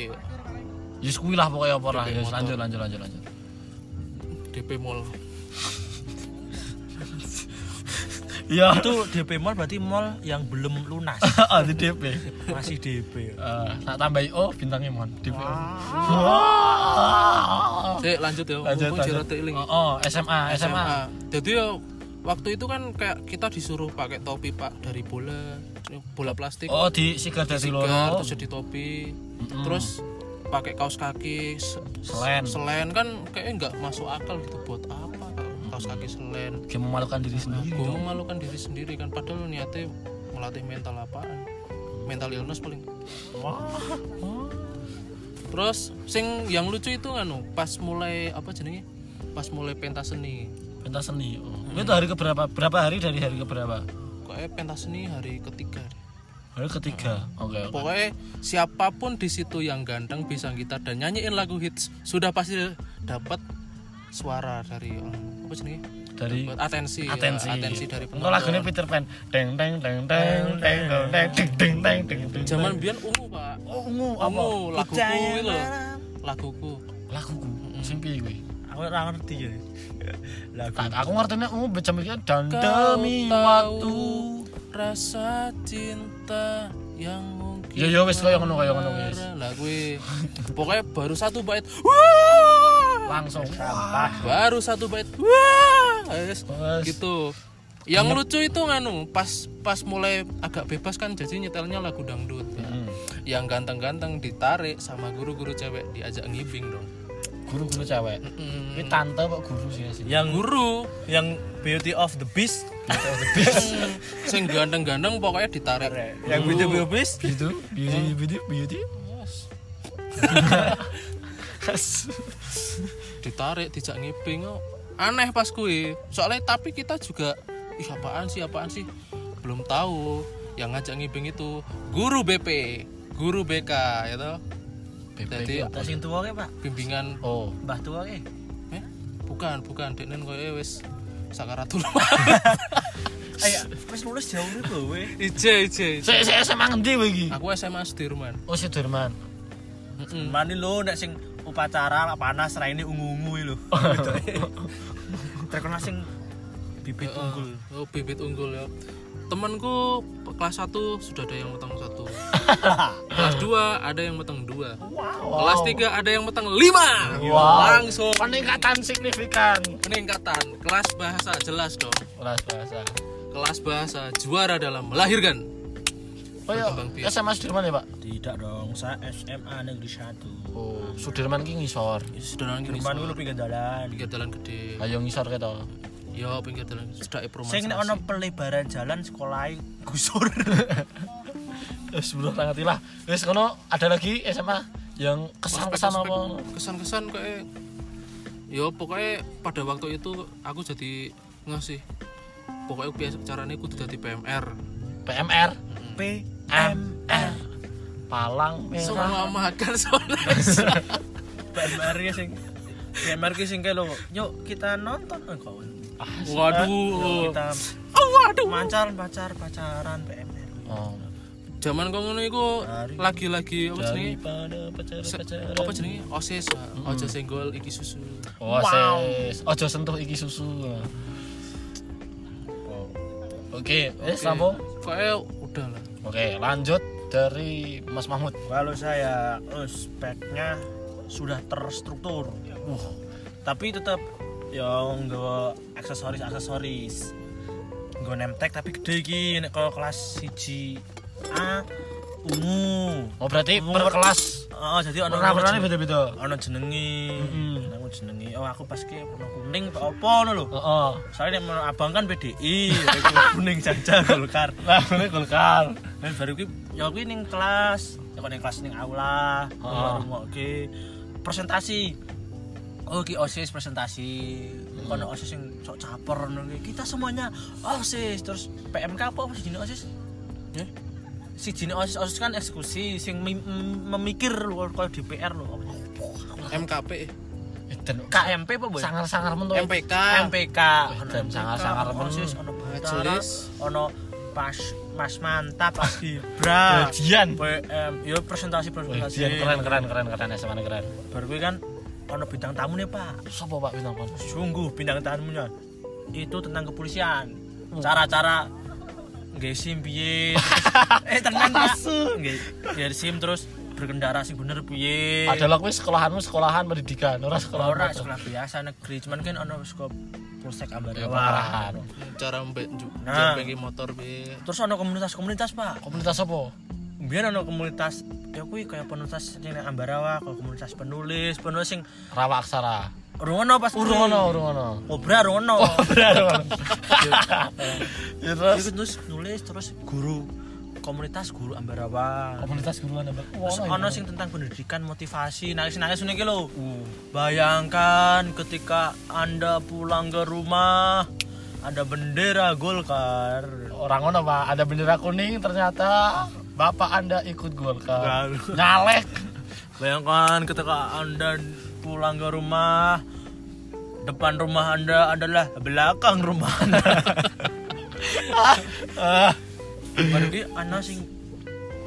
[SPEAKER 1] Yus kuwi lah pokoknya apa lah Yus
[SPEAKER 2] DP motor.
[SPEAKER 1] lanjut lanjut lanjut lanjut
[SPEAKER 2] DP mall
[SPEAKER 3] Oh.
[SPEAKER 1] iya
[SPEAKER 3] Eh,
[SPEAKER 1] ah,
[SPEAKER 3] itu DP mall berarti mall yang belum lunas
[SPEAKER 1] di DP
[SPEAKER 3] masih DP
[SPEAKER 1] Eh, tak tambah oh bintangnya mon DP
[SPEAKER 2] Sik, lanjut ya
[SPEAKER 1] lanjut
[SPEAKER 2] mumpung
[SPEAKER 1] lanjut
[SPEAKER 2] jerote iling.
[SPEAKER 1] oh, oh, SMA SMA
[SPEAKER 2] Jadi ya waktu itu kan kayak kita disuruh pakai topi Pak dari bola bola plastik.
[SPEAKER 1] oh di sigar dari
[SPEAKER 2] sigar,
[SPEAKER 1] loro
[SPEAKER 2] terus jadi topi. Terus pakai kaos kaki se-
[SPEAKER 1] Selen.
[SPEAKER 2] Selen kan kayaknya nggak masuk akal gitu buat apa kaos kaki selen.
[SPEAKER 1] dia memalukan diri sendiri
[SPEAKER 2] Gue
[SPEAKER 1] Iya, dong
[SPEAKER 2] memalukan diri sendiri kan padahal niatnya melatih mental apaan? Mental illness paling. Terus sing yang lucu itu nganu pas mulai apa jenenge? Pas mulai pentas seni.
[SPEAKER 1] pentas seni oh. itu hari keberapa berapa hari dari hari keberapa
[SPEAKER 2] Kayaknya eh pentas seni hari ketiga. deh.
[SPEAKER 1] hari ketiga oke oke.
[SPEAKER 2] Pokoknya siapapun di situ yang ganteng bisa gitar dan nyanyiin lagu hits sudah pasti dapat suara dari orang apa sih
[SPEAKER 1] dari
[SPEAKER 2] Buat atensi, ya,
[SPEAKER 1] atensi
[SPEAKER 2] atensi dari
[SPEAKER 1] Untuk lagunya
[SPEAKER 2] penonton.
[SPEAKER 1] Peter Pan deng deng deng deng deng deng deng deng deng deng deng deng
[SPEAKER 2] Zaman biyen ungu, Pak.
[SPEAKER 1] oh ungu apa
[SPEAKER 2] Ungu laguku
[SPEAKER 3] Percaya
[SPEAKER 2] itu lho.
[SPEAKER 3] malam.
[SPEAKER 2] Laguku.
[SPEAKER 1] lagu ku sing piye kuwi
[SPEAKER 3] aku ora ngerti ya lagu
[SPEAKER 1] Tak- aku ngertinya ungu becam iki dan
[SPEAKER 2] Kau
[SPEAKER 1] demi
[SPEAKER 2] tahu
[SPEAKER 1] waktu
[SPEAKER 2] rasa cinta yang mungkin
[SPEAKER 1] Ya, ya, wis, lo yang ngono, kayak ngono, wis.
[SPEAKER 2] merah. Lah kuwi. Pokoknya baru satu bait. Wah!
[SPEAKER 1] langsung
[SPEAKER 2] baru satu bait wah wes,
[SPEAKER 1] Wes.
[SPEAKER 2] gitu yang lucu itu nganu pas pas mulai agak bebas kan jadi nyetelnya lagu dangdut ya. yang ganteng-ganteng ditarik sama guru-guru cewek diajak ngibing dong
[SPEAKER 1] guru guru cewek
[SPEAKER 2] Mm.
[SPEAKER 1] ini tante kok guru sih sih
[SPEAKER 2] Ya.
[SPEAKER 3] yang
[SPEAKER 2] guru
[SPEAKER 3] yang Beauty of the Beast
[SPEAKER 2] mm, sing ganteng-ganteng pokoknya ditarik
[SPEAKER 3] yang Beauty of the Beast
[SPEAKER 1] gitu
[SPEAKER 2] Oh.
[SPEAKER 1] beauty beauty beauty
[SPEAKER 2] Wes. ditarik dijak ngibing oh. aneh pas kui soalnya tapi kita juga ih apaan sih apaan sih belum tahu yang ngajak ngibing itu guru BP guru BK ya toh Jadi-
[SPEAKER 1] BPK
[SPEAKER 3] tak sing tuwa ke pak
[SPEAKER 2] bimbingan
[SPEAKER 1] ya. oh
[SPEAKER 3] mbah tuwa ke
[SPEAKER 2] eh bukan bukan deknen koyo eh, wis sakaratul
[SPEAKER 3] ayo Eh, ya, wis lulus jauh nih bu
[SPEAKER 2] ije ije ije.
[SPEAKER 1] saya saya SMA ngendi kowe iki
[SPEAKER 2] aku SMA Sudirman
[SPEAKER 1] oh Sudirman
[SPEAKER 2] Mm-mm.
[SPEAKER 3] mani lo Hmm. nek sing upacara lah panas rai ini ungu ungu lo terkenal sing bibit
[SPEAKER 2] Eh,
[SPEAKER 3] unggul
[SPEAKER 2] oh, bibit unggul ya temanku kelas 1 sudah ada yang meteng satu kelas 2 ada yang meteng dua
[SPEAKER 1] wow
[SPEAKER 2] kelas 3 ada yang meteng lima
[SPEAKER 1] Wow.
[SPEAKER 2] langsung
[SPEAKER 1] peningkatan signifikan
[SPEAKER 2] peningkatan kelas bahasa jelas dong
[SPEAKER 1] kelas bahasa
[SPEAKER 2] kelas bahasa juara dalam melahirkan
[SPEAKER 1] oh ya
[SPEAKER 2] Berkembang biak.
[SPEAKER 1] SMA Sudirman ya pak
[SPEAKER 3] tidak dong saya SMA negeri satu
[SPEAKER 1] oh Sudirman ki ngisor
[SPEAKER 2] sederhana gini
[SPEAKER 3] Jerman lu
[SPEAKER 2] Sol.
[SPEAKER 3] pinggir jalan
[SPEAKER 2] pinggir jalan gede
[SPEAKER 1] ayo ngisor kita
[SPEAKER 2] ya pinggir jalan sudah
[SPEAKER 3] sing nek ono pelebaran jalan sekolah gusur
[SPEAKER 1] wis bro tangati lah wis kono ada lagi SMA yang kesan-kesan apa
[SPEAKER 2] kesan-kesan kayak ya pokoknya pada waktu itu aku jadi ngasih pokoknya biasa caranya aku jadi PMR
[SPEAKER 1] PMR
[SPEAKER 3] P
[SPEAKER 1] MR Palang Merah
[SPEAKER 2] semua makan sones
[SPEAKER 3] PMR ki sing PMR ki sing kayak lo yuk kita nonton eh kawan
[SPEAKER 2] waduh
[SPEAKER 3] kita
[SPEAKER 2] oh waduh
[SPEAKER 3] pacar pacar pacaran PMR
[SPEAKER 1] oh.
[SPEAKER 2] zaman kau ngono iku
[SPEAKER 3] Dari-
[SPEAKER 2] lagi-lagi apa jenenge
[SPEAKER 1] Daripada
[SPEAKER 2] Se-
[SPEAKER 1] pacaran-pacaran
[SPEAKER 2] apa jenenge osis Pak. ojo senggol iki susu
[SPEAKER 1] Oh,
[SPEAKER 3] Wow.
[SPEAKER 1] ses. Ojo sentuh iki susu.
[SPEAKER 3] Oh.
[SPEAKER 1] Oke, eh sambung.
[SPEAKER 2] kaya udah lah
[SPEAKER 1] Oke, lanjut dari Mas Mahmud.
[SPEAKER 3] kalau saya eh, speknya sudah terstruktur tapi tetap yang nggak aksesoris aksesoris nggak nemtek tapi gede gini kalau kelas siji A ungu
[SPEAKER 1] Oh, berarti
[SPEAKER 3] Ungu.
[SPEAKER 1] per kelas.
[SPEAKER 3] oh jadi ono
[SPEAKER 1] Warna-warnanya beda-beda.
[SPEAKER 3] ono jenengi
[SPEAKER 1] Mm-mm.
[SPEAKER 3] ono jenengi oh aku pas ki warna kuning apa apa ono lho
[SPEAKER 1] Heeh.
[SPEAKER 3] soalnya nek menurut abang kan PDI iku kuning jajah golkar
[SPEAKER 1] Lah, boleh golkar.
[SPEAKER 3] dan baru ki ya kuwi ning kelas ya kok ning kelas ning aula
[SPEAKER 1] Ah.
[SPEAKER 3] ngrungokke presentasi oh ki osis presentasi
[SPEAKER 1] Hmm.
[SPEAKER 3] kono osis yang sok caper ngono ki. kita semuanya osis terus PMK apa apa sih osis
[SPEAKER 2] Eh?
[SPEAKER 3] si jenis osis osis kan eksekusi sing mi- m- memikir lho kalau DPR lho apa sih?
[SPEAKER 2] MKP
[SPEAKER 1] Edan.
[SPEAKER 3] KMP apa boy
[SPEAKER 1] Sangar-sangar mentu.
[SPEAKER 2] MPK
[SPEAKER 3] MPK ono
[SPEAKER 1] dan Ah.
[SPEAKER 3] MPK,
[SPEAKER 1] sangar-sangar
[SPEAKER 3] ono osis ono bantara
[SPEAKER 2] Majelis.
[SPEAKER 3] ono pas mas mantap pas
[SPEAKER 1] Eh,
[SPEAKER 3] gibra
[SPEAKER 1] Ujian.
[SPEAKER 3] PM yo presentasi presentasi
[SPEAKER 1] Ujian keren keren keren keren SMA -nya keren.
[SPEAKER 3] baru gue kan ono bintang tamu nih pak
[SPEAKER 1] Sopo Pak bintang tamu?
[SPEAKER 3] sungguh bintang tamunya itu tentang kepolisian
[SPEAKER 1] Oh.
[SPEAKER 3] cara-cara nggak sim piye terus- eh tenang pak nggak nggak sim terus berkendara sing bener piye
[SPEAKER 1] Adalah kuwi sekolahanmu sekolahan pendidikan, ora sekolahan.
[SPEAKER 3] ora
[SPEAKER 1] motor.
[SPEAKER 3] sekolah biasa negeri cuman kan ono sekolah polsek
[SPEAKER 1] Ya,
[SPEAKER 3] ambarawa
[SPEAKER 1] sekolahan.
[SPEAKER 2] cara mbek njuk
[SPEAKER 3] Nah.
[SPEAKER 2] pengen motor be
[SPEAKER 3] terus ono komunitas-komunitas pak
[SPEAKER 1] Komunitas sopo?
[SPEAKER 3] biar ono komunitas ya kuwi kayak komunitas yang nang Ambarawa kayak komunitas penulis penulis sing
[SPEAKER 1] Rawa Aksara.
[SPEAKER 3] rungono pas kuwi.
[SPEAKER 1] Urungono, urungono.
[SPEAKER 3] kobra rungono
[SPEAKER 1] Benar. Ya Oh, terus
[SPEAKER 3] Iku terus nulis terus guru komunitas guru Ambarawa
[SPEAKER 1] komunitas guruan apa?
[SPEAKER 3] terus ono sing tentang pendidikan motivasi nangis nangis ini lo
[SPEAKER 1] Hmm.
[SPEAKER 3] bayangkan ketika anda pulang ke rumah ada bendera Golkar
[SPEAKER 1] orang ono Pak, ada bendera kuning ternyata bapak Anda ikut Golkar.
[SPEAKER 3] Lalu.
[SPEAKER 1] Nyalek.
[SPEAKER 3] Bayangkan ketika Anda pulang ke rumah, depan rumah Anda adalah belakang rumah Anda. Ah, Baru ki ana sing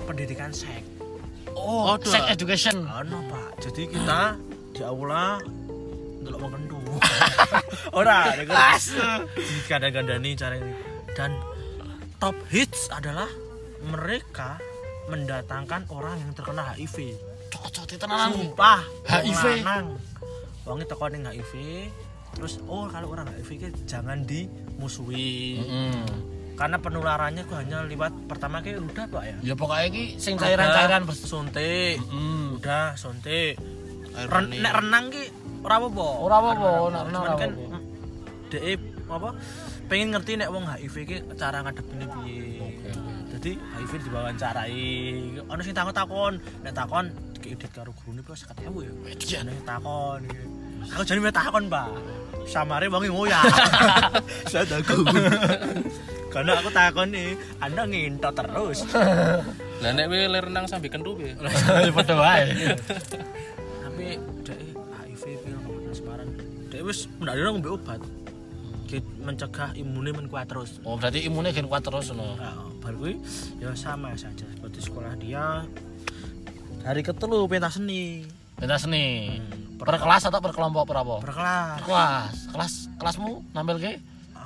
[SPEAKER 3] pendidikan seks.
[SPEAKER 1] Oh,
[SPEAKER 2] Oh, dua.
[SPEAKER 1] sex education.
[SPEAKER 3] Ana, Pak. Jadi kita di aula ndelok wong kendu. Ora, niku diganda-gandani cara ini. Dan top hits adalah mereka mendatangkan orang yang terkena HIV.
[SPEAKER 1] Cocok
[SPEAKER 3] Sumpah,
[SPEAKER 1] HIV.
[SPEAKER 3] wong lanang. Wonge teko ning HIV, terus oh kalau orang HIV ki jangan dimusuhi. Karena penularannya ku hanya lewat pertama ki udah Pak ya.
[SPEAKER 1] Ya pokoknya ini sing cairan-cairan bersih.
[SPEAKER 3] bersuntik.
[SPEAKER 1] Mm.
[SPEAKER 3] Udah suntik.
[SPEAKER 2] air
[SPEAKER 3] Ren
[SPEAKER 2] bening.
[SPEAKER 3] nek renang ki ora apa-apa.
[SPEAKER 1] Ora apa-apa, nek renang
[SPEAKER 3] Cuman
[SPEAKER 1] ora
[SPEAKER 3] kan
[SPEAKER 1] apa-apa.
[SPEAKER 3] dhek apa pengen ngerti nek wong HIV ki cara ngadepinnya piye. Jadi HIV diwawancarai. Ono sing takon-takon, nek takon diedit karo gurune kok 50.000 ya.
[SPEAKER 1] Median.
[SPEAKER 3] jeneng takon gitu. aku jadi minta takon pak samare e wangi ngoyah saya takut karena aku takon nih anda ngintot terus
[SPEAKER 2] lah nek we lir nang sambil kentu be
[SPEAKER 1] Ya padha wae.
[SPEAKER 3] tapi dari HIV pil kemana semarang dari wis mendadak ngombe obat Ki- mencegah imunnya menkuat terus
[SPEAKER 1] Oh, berarti imunnya gen kuat terus no.
[SPEAKER 3] nah, baru kui, ya sama saja seperti sekolah dia hari ketelu pentas seni
[SPEAKER 1] Pentas seni.
[SPEAKER 3] Hmm, per-
[SPEAKER 1] Per kelas atau per kelompok per apa?
[SPEAKER 3] berkelas
[SPEAKER 1] kelas. Kelas kelasmu nampil ke?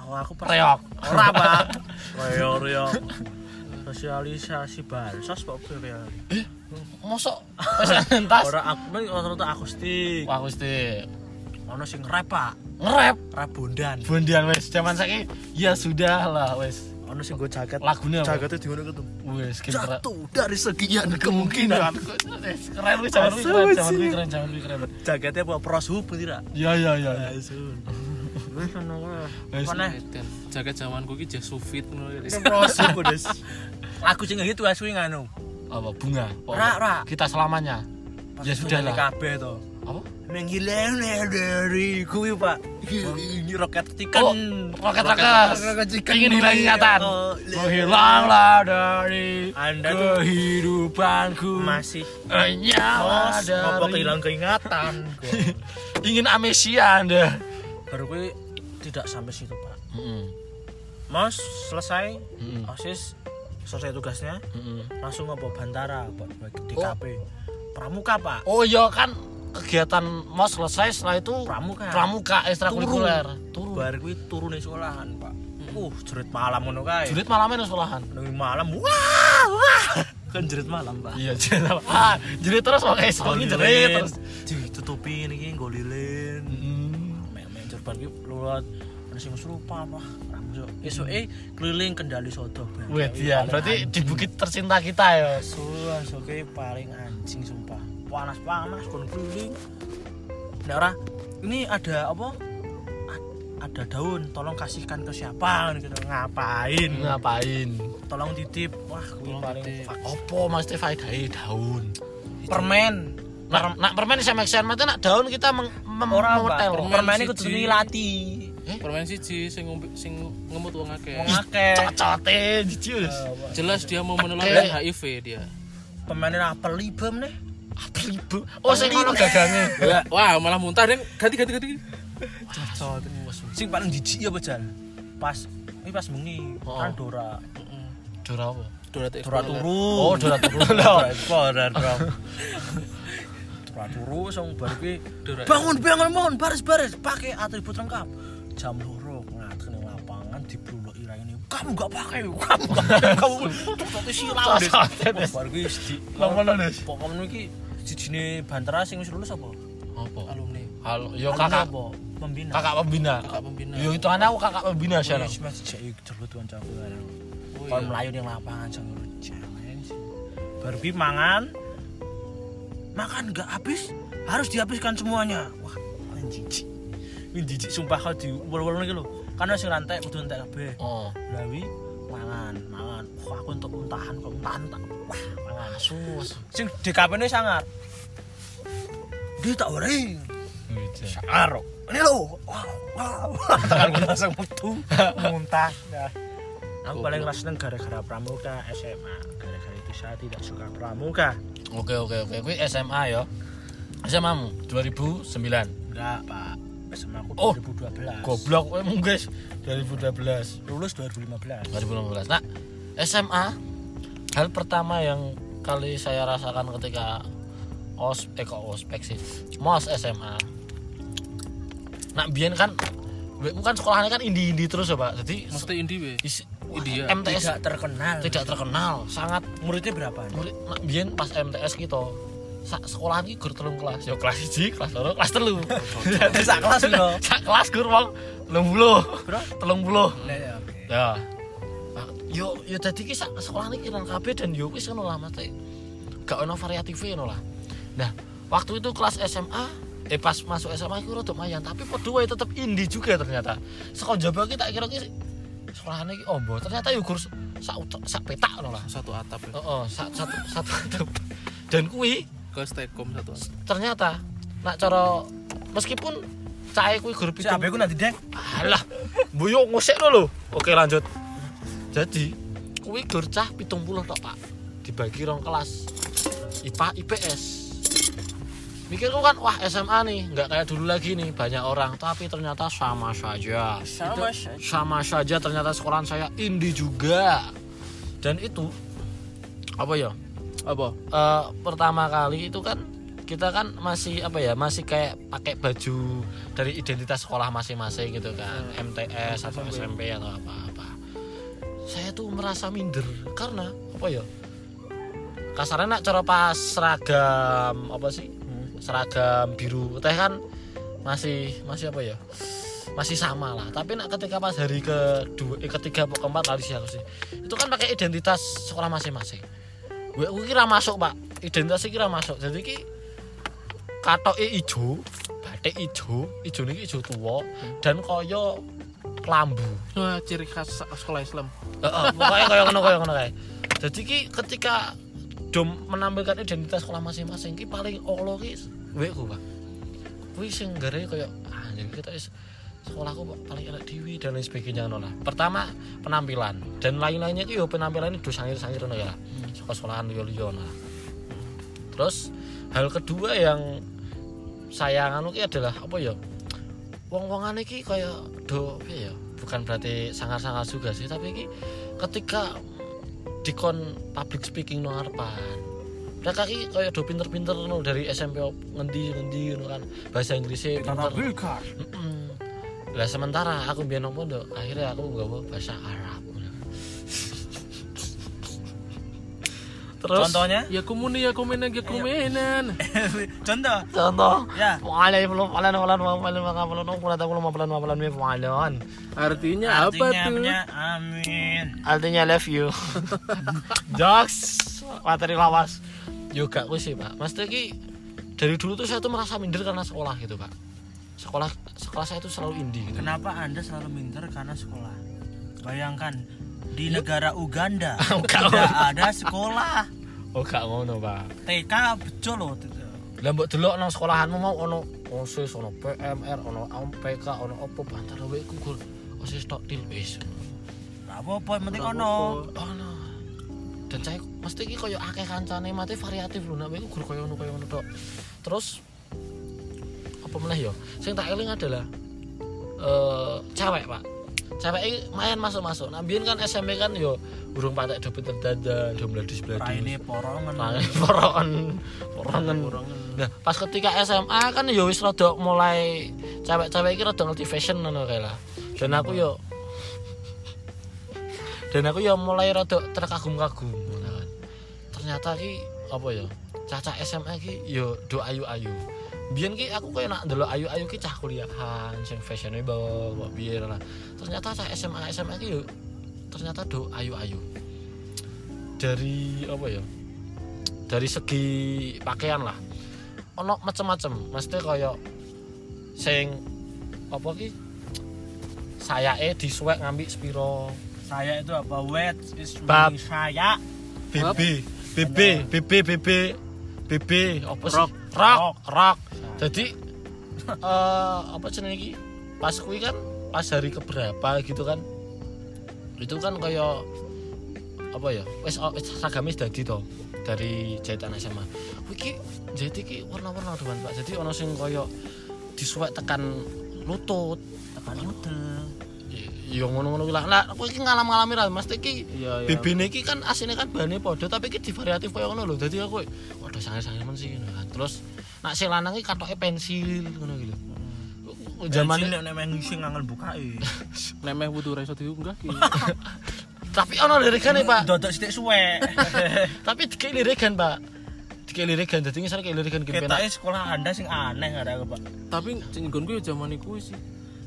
[SPEAKER 3] oh, aku pernah
[SPEAKER 1] Reok.
[SPEAKER 3] Ora, Pak. Reo reo. Sosialisasi bansos Pak Bel ya.
[SPEAKER 1] Mosok wis entas.
[SPEAKER 3] Ora aku rata akustik.
[SPEAKER 1] Wah, Gusti.
[SPEAKER 3] Ono sing rap, Pak.
[SPEAKER 1] Nge-rap
[SPEAKER 3] Rap bondan.
[SPEAKER 1] Bondian wes zaman saiki ya sudah lah wes
[SPEAKER 3] Ono sing go jaket.
[SPEAKER 1] Lagunya apa?
[SPEAKER 3] Jaketnya di mana ketemu?
[SPEAKER 1] wes keren
[SPEAKER 3] Jatuh dari sekian kemungkinan.
[SPEAKER 1] Wes, keren wes zaman kuwi keren zaman kuwi keren zaman kuwi keren
[SPEAKER 3] Jaketnya apa pros hub tidak?
[SPEAKER 1] ya ya ya ya.
[SPEAKER 3] Asun. Wis ono
[SPEAKER 1] Wis.
[SPEAKER 3] Kone
[SPEAKER 2] Edan. jaket zamanku ki jas sufit ngono ya, Lis.
[SPEAKER 3] pros hub des. Lagu sing gitu asuwi nganu.
[SPEAKER 1] apa bunga Apa?
[SPEAKER 3] Ra, ra.
[SPEAKER 1] kita selamanya ya sudah lah
[SPEAKER 3] kabeh to.
[SPEAKER 2] apa
[SPEAKER 3] menghilang dari kuwi pak ini roket
[SPEAKER 1] Iya.
[SPEAKER 3] tikan
[SPEAKER 1] Oh, roket roket ingin hilang ingatan
[SPEAKER 3] Oh,
[SPEAKER 1] menghilanglah dari
[SPEAKER 3] Anda tuh
[SPEAKER 1] kehidupanku
[SPEAKER 3] masih
[SPEAKER 1] Nyala
[SPEAKER 3] Bos, apa
[SPEAKER 1] Ah, dari
[SPEAKER 3] kehilangan keingatan
[SPEAKER 1] ingin amnesia anda
[SPEAKER 3] baru gue tidak sampai situ pak mas selesai
[SPEAKER 1] Mm-mm.
[SPEAKER 3] osis selesai tugasnya langsung ngopo bantara buat bagi di KP pramuka pak
[SPEAKER 1] oh iya kan kegiatan mas selesai setelah itu
[SPEAKER 3] Pramuka.
[SPEAKER 1] Oh. pramuka ekstrakurikuler turun
[SPEAKER 3] baru gue turun di sekolahan pak uh jerit malam ngono kae
[SPEAKER 1] jurit malamnya di sekolahan
[SPEAKER 3] Nunggu malam wah wah kan jerit malam pak
[SPEAKER 1] iya jurit malam. ah, jurit terus pakai selalu jurit terus
[SPEAKER 3] ditutupin ini golilin
[SPEAKER 1] Mm.
[SPEAKER 3] main-main jurban ki lulat ana sing serupa wah ramjo esoke e keliling kendali sodo
[SPEAKER 1] Wih, iya. Berarti di bukit tercinta kita ya.
[SPEAKER 3] suwe soke paling anjing sumpah panas panas kon keliling Nek ora ini ada apa A- ada daun tolong kasihkan ke siapa gitu ngapain
[SPEAKER 1] Nah. Ngapain?
[SPEAKER 3] tolong titip wah kuwi
[SPEAKER 2] Tolong
[SPEAKER 3] paling
[SPEAKER 2] titip.
[SPEAKER 3] fuck.
[SPEAKER 1] Opo mesti faedahe daun.
[SPEAKER 3] permen
[SPEAKER 1] Nak nak Nah, permen iso make sense, mate nak nah, daun kita meng, mem,
[SPEAKER 3] ora
[SPEAKER 1] memetel.
[SPEAKER 3] Pak.
[SPEAKER 2] Permen
[SPEAKER 3] permen iku
[SPEAKER 2] siji.
[SPEAKER 3] kudu ngilati
[SPEAKER 2] permen siji sing ngombe- sing ngemut uang akeh
[SPEAKER 3] wong akeh
[SPEAKER 1] Cocote jijik wis.
[SPEAKER 2] jelas dia mau
[SPEAKER 1] Akeh.
[SPEAKER 2] menularkan HIV dia
[SPEAKER 3] permen apel libem nih
[SPEAKER 1] Apa ribu? Oh, sing ono gagange.
[SPEAKER 2] wah malah muntah dan ganti ganti ganti
[SPEAKER 3] cocok sing paling jijik ya bejal pas ini pas bengi
[SPEAKER 1] Oh.
[SPEAKER 3] kan Dora
[SPEAKER 1] Dora apa?
[SPEAKER 2] Dora Teh
[SPEAKER 3] Dora
[SPEAKER 2] Explorer.
[SPEAKER 3] turu
[SPEAKER 1] Oh, Dora turu.
[SPEAKER 3] Dora Explorer dong Dora turu song baru ki
[SPEAKER 2] Dora
[SPEAKER 3] bangun bangun bangun baris baris pakai atribut lengkap jam loro ngatur ning lapangan di bulu ini kamu nggak pakai kamu nggak pakai, kamu tuh tuh silau Des.
[SPEAKER 1] Cocote, Des.
[SPEAKER 3] Oh, baru ki di
[SPEAKER 1] Lamono, Des.
[SPEAKER 3] pokoknya ki di sini bantara sing wis lulus apa
[SPEAKER 1] Apa?
[SPEAKER 2] alumni
[SPEAKER 1] Halo, yo
[SPEAKER 3] Alumni
[SPEAKER 1] kakak
[SPEAKER 3] apa? pembina
[SPEAKER 1] kakak pembina.
[SPEAKER 2] kakak pembina
[SPEAKER 1] Yo itu anak aku kakak pembina sih
[SPEAKER 3] Wis mas jek jelut tuan cabang.
[SPEAKER 2] Oh, iya.
[SPEAKER 3] Kon melayu ning lapangan sing challenge. Barbie mangan makan nggak habis harus dihabiskan semuanya. Wah, paling jijik. Wih jijik sumpah kalau diulang-ulang iki lho. Kan wis rantai kudu entek kabeh.
[SPEAKER 1] Oh,
[SPEAKER 3] Lawi mangan, mangan. Wah, aku untuk untahan kok untahan tak. Wah, mangan.
[SPEAKER 1] sus.
[SPEAKER 3] Sing DKP-ne sangar. Dia tak ori. Sangar. kok. Ini lho. Wah, wah. Tangan gue langsung metu. Muntah. Dah. Aku paling seneng gara-gara pramuka SMA. Gara-gara itu saya tidak suka pramuka.
[SPEAKER 1] Oke, oke, oke. Kuwi SMA yo. SMA mu 2009.
[SPEAKER 3] Enggak, Pak. SMA aku
[SPEAKER 1] Oh.
[SPEAKER 3] 2012.
[SPEAKER 1] Goblok kowe mu, guys. 2012.
[SPEAKER 3] Lulus 2015.
[SPEAKER 1] 2015. Nah, SMA hal pertama yang kali saya rasakan ketika os eh kok ospek sih, mos SMA. Nah, biyen kan WU kan sekolahannya kan indi-indi terus ya, Pak. Jadi
[SPEAKER 2] mesti indi we
[SPEAKER 1] isi- wah,
[SPEAKER 2] Indi ya.
[SPEAKER 1] MTS
[SPEAKER 3] Tidak terkenal.
[SPEAKER 1] tidak terkenal, sangat
[SPEAKER 3] Muridnya berapa?
[SPEAKER 1] murid nak nah, biyen pas MTS kita gitu, sa- sekolahan iki gur telung kelas. Ya kelas 1, kelas 2, kelas 3. Jadi
[SPEAKER 3] Sak kelas piro?
[SPEAKER 1] sak kelas gur wong 30.
[SPEAKER 3] Bro.
[SPEAKER 1] 30.
[SPEAKER 3] Nah, ya, oke.
[SPEAKER 1] Ya. Pak, Yo yo dadi ki sak sekolah iki nang kabeh dan yo wis ngono lah mate. Gak ono variatif ngono lah. Nah, waktu itu kelas SMA eh pas masuk SMA aku rada mayan tapi padha wae tetep indie juga ternyata. Saka jaba ki tak kira ki sekolahane ki ombo. Ternyata yo kurs sak utek- sak petak ngono lah.
[SPEAKER 2] satu atap ya
[SPEAKER 1] Heeh, sak satu satu atap. Dan kuwi
[SPEAKER 2] ke Stekom satu atap
[SPEAKER 1] ternyata nak cara meskipun cahe kuwi guru
[SPEAKER 3] Si
[SPEAKER 1] pitung-
[SPEAKER 3] Abe ku nanti deh.
[SPEAKER 1] Alah, buyuk ngusik lo lho. Oke lanjut. Jadi, kuwi gorcah 70 tok, Pak. Dibagi rong kelas. IPA, IPS. Mikirku kan, wah SMA nih, nggak kayak dulu lagi nih, banyak orang. Tapi ternyata sama saja.
[SPEAKER 3] Sama
[SPEAKER 1] Itu-
[SPEAKER 3] saja.
[SPEAKER 1] Sama saja ternyata sekolahan saya indie juga. Dan itu, apa ya,
[SPEAKER 2] apa
[SPEAKER 1] eh, pertama kali itu kan kita kan masih apa ya masih kayak pakai baju dari identitas sekolah masing-masing gitu kan MTS atau SMP atau apa-apa saya tuh merasa minder karena apa ya kasarnya nak cara pas seragam apa sih seragam biru teh kan masih masih apa ya masih sama lah tapi nak ketika pas hari kedua eh, ketiga apa keempat kali sih aku sih itu kan pakai identitas sekolah masing-masing WU kira masuk pak identitas kira masuk jadi ki katoke ijo batik ijo ijo ini ijo tua dan koyo kelambu
[SPEAKER 2] wah ciri khas sekolah Islam
[SPEAKER 1] Heeh, pokoknya kaya ngono kaya ngono kae. Jadi ki ketika dom menampilkan identitas sekolah masing-masing ki paling olo ki weku, Pak. kuwi sing gere koyo anjir kita is sekolahku kok paling enak dewi dan lain sebagainya ngono lah. Pertama penampilan dan lain-lainnya itu yo penampilan itu sangir-sangir ngono ya. Sekolah sekolahan liyo-liyo ngono lah. nah. Terus hal kedua yang saya nganu ki adalah apa ya? Wong-wongan iki kaya do piye ya? Bukan berarti sangar-sangar juga sih, tapi iki ketika dikon public speaking no arepan. Mereka iki kaya do pinter-pinter no dari SMP ngendi-ngendi no kan. Bahasa Inggrisnya pinter.
[SPEAKER 3] Bilkar.
[SPEAKER 1] Mm-mm. Lah sementara aku biar nopo dok, akhirnya aku gawa bahasa Arab. Terus
[SPEAKER 3] Contohnya?
[SPEAKER 2] ya kumuni ya kumenan ya kumenan
[SPEAKER 3] Contoh.
[SPEAKER 1] contoh
[SPEAKER 3] Ya.
[SPEAKER 1] Pengalih belum pelan pelan pelan pelan pelan pelan pelan pelan pelan pelan pelan pelan
[SPEAKER 2] artinya, apa
[SPEAKER 3] Artinya
[SPEAKER 2] tuh
[SPEAKER 3] punya amin.
[SPEAKER 1] artinya I love you jokes materi lawas juga aku sih pak mas Teki dari dulu tuh saya tuh merasa minder karena sekolah gitu pak sekolah sekolah saya tuh selalu indie gitu
[SPEAKER 3] Kenapa Anda selalu minder karena sekolah? Bayangkan di negara Uganda
[SPEAKER 1] Enggak,
[SPEAKER 3] tidak ada sekolah.
[SPEAKER 1] oh gak ngono pak
[SPEAKER 3] TK bejo loh.
[SPEAKER 1] lah mbok delok nang sekolahanmu mau ono OSIS ono PMR ono MPK ono opo bantar wae gugur OSIS tok til wis
[SPEAKER 3] Gak apa-apa, yang penting ono.
[SPEAKER 1] ono dan saya mesti iki koyo akeh kancane mate variatif lho nek iku guru koyo ngono koyo ngono tok terus apa meneh yo sing tak eling adalah eh cewek Pak cewek iki main masuk-masuk nah biyen kan SMP kan yo urung patek do pinter dadan do
[SPEAKER 3] Raine
[SPEAKER 1] bladis-bladis
[SPEAKER 3] porongan.
[SPEAKER 1] Tangan porongan porongan nah pas ketika SMA kan yo wis rada mulai cewek-cewek iki rada ngerti fashion ngono kae lah dan aku yo dan aku yo mulai rada terkagum-kagum ngono kan. ternyata ki apa ya caca SMA ki yo do ayu-ayu Biyen ki aku kayak nak ndelok ayu-ayu ki cah kuliahan sing e fashionable kok biyen lah. Ternyata cah SMA SMA ki yo ternyata do ayu-ayu. Dari apa ya? Dari segi pakaian lah. Ono macem-macem, mesti kaya sing apa ki sayake disuwek ngambil spiro
[SPEAKER 3] Saya itu apa? Wet is
[SPEAKER 1] Bab.
[SPEAKER 3] meaning saya.
[SPEAKER 1] BB BB BB BB BB apa sih
[SPEAKER 2] Rock.
[SPEAKER 1] rock rock jadi eh apa jenenge iki pas kuwi kan pas hari keberapa gitu kan itu kan kaya apa ya wis oh, wis seragamnya sudah dadi to dari jahitan SMA Kuwi iki jahit iki warna-warna doan Pak jadi ono sing kaya disuwek tekan lutut
[SPEAKER 3] Tekan udah.
[SPEAKER 1] ya ngono-ngono kuwi lah lah aku iki ngalam-ngalami lah Mas iki
[SPEAKER 2] Iya, iya.
[SPEAKER 1] bibine iki kan asine kan bahannya padha tapi iki divariatif koyo ngono lho dadi aku waduh sange-sange men sih ngono kan terus nak sing lanang iki katoke pensil ngono iki lho
[SPEAKER 3] Zaman
[SPEAKER 1] zaman
[SPEAKER 3] nek nek main sing angel bukae.
[SPEAKER 2] nek meh butuh ra iso diunggah iya. ki
[SPEAKER 1] tapi ono lirikane Pak
[SPEAKER 3] Dodok sithik suwe.
[SPEAKER 1] tapi dikek lirikan Pak dikek lirikan dadi ngisor kek lirikan ki penak
[SPEAKER 3] Ketoke sekolah Anda sing aneh gak ada apa.
[SPEAKER 2] tapi sing nggonku ya zaman iku sih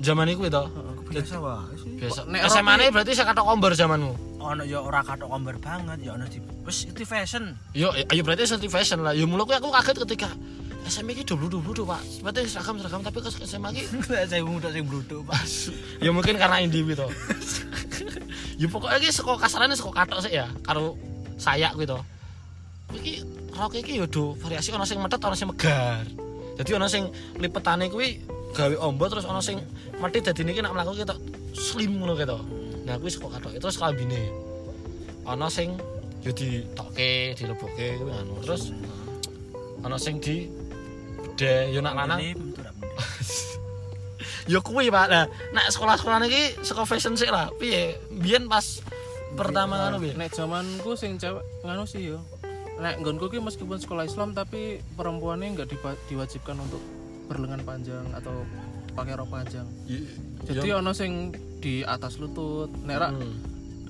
[SPEAKER 1] zaman iku to
[SPEAKER 3] Biasa wae sih.
[SPEAKER 1] biasa
[SPEAKER 2] Nek
[SPEAKER 1] SMA ne berarti saya katok komber zamanmu
[SPEAKER 3] ono ya ora katok komber banget ya ono di wis itu fashion
[SPEAKER 1] yo ayo berarti senti fashion lah yo mulu aku kaget ketika SMA iki dulu-dulu Pak berarti seragam-seragam tapi ke SMA iki
[SPEAKER 3] saya muda sing bluduk pak
[SPEAKER 1] ya mungkin karena indiwi to ya pokoknya ini sekolah kasarannya sekolah katok sih ya karo sayak gitu iki rok iki ya do variasi ono sing metet ono sing megar jadi ono sing lipetane kuwi gawe ombo terus ono sing metit dadi niki nak mlaku ketok slim ngono ketok nah kuwi sekolah katok terus kalbine ono sing yo ditoke dilebokke kuwi anu terus ono sing di bedhe yo nak lanang
[SPEAKER 3] Ini bentuk apa?
[SPEAKER 1] ya kuwi Pak. Nah, nek sekolah-sekolah iki saka fashion sik lah. Piye? Biyen pas pertama ngono piye?
[SPEAKER 2] nek zamanku sing cewek nganu sih yo nek nggonku ki meskipun sekolah Islam tapi perempuannya nggak dipa- diwajibkan untuk berlengan panjang atau pakai rok panjang
[SPEAKER 1] iya,
[SPEAKER 2] jadi ono sing di atas lutut nek ra-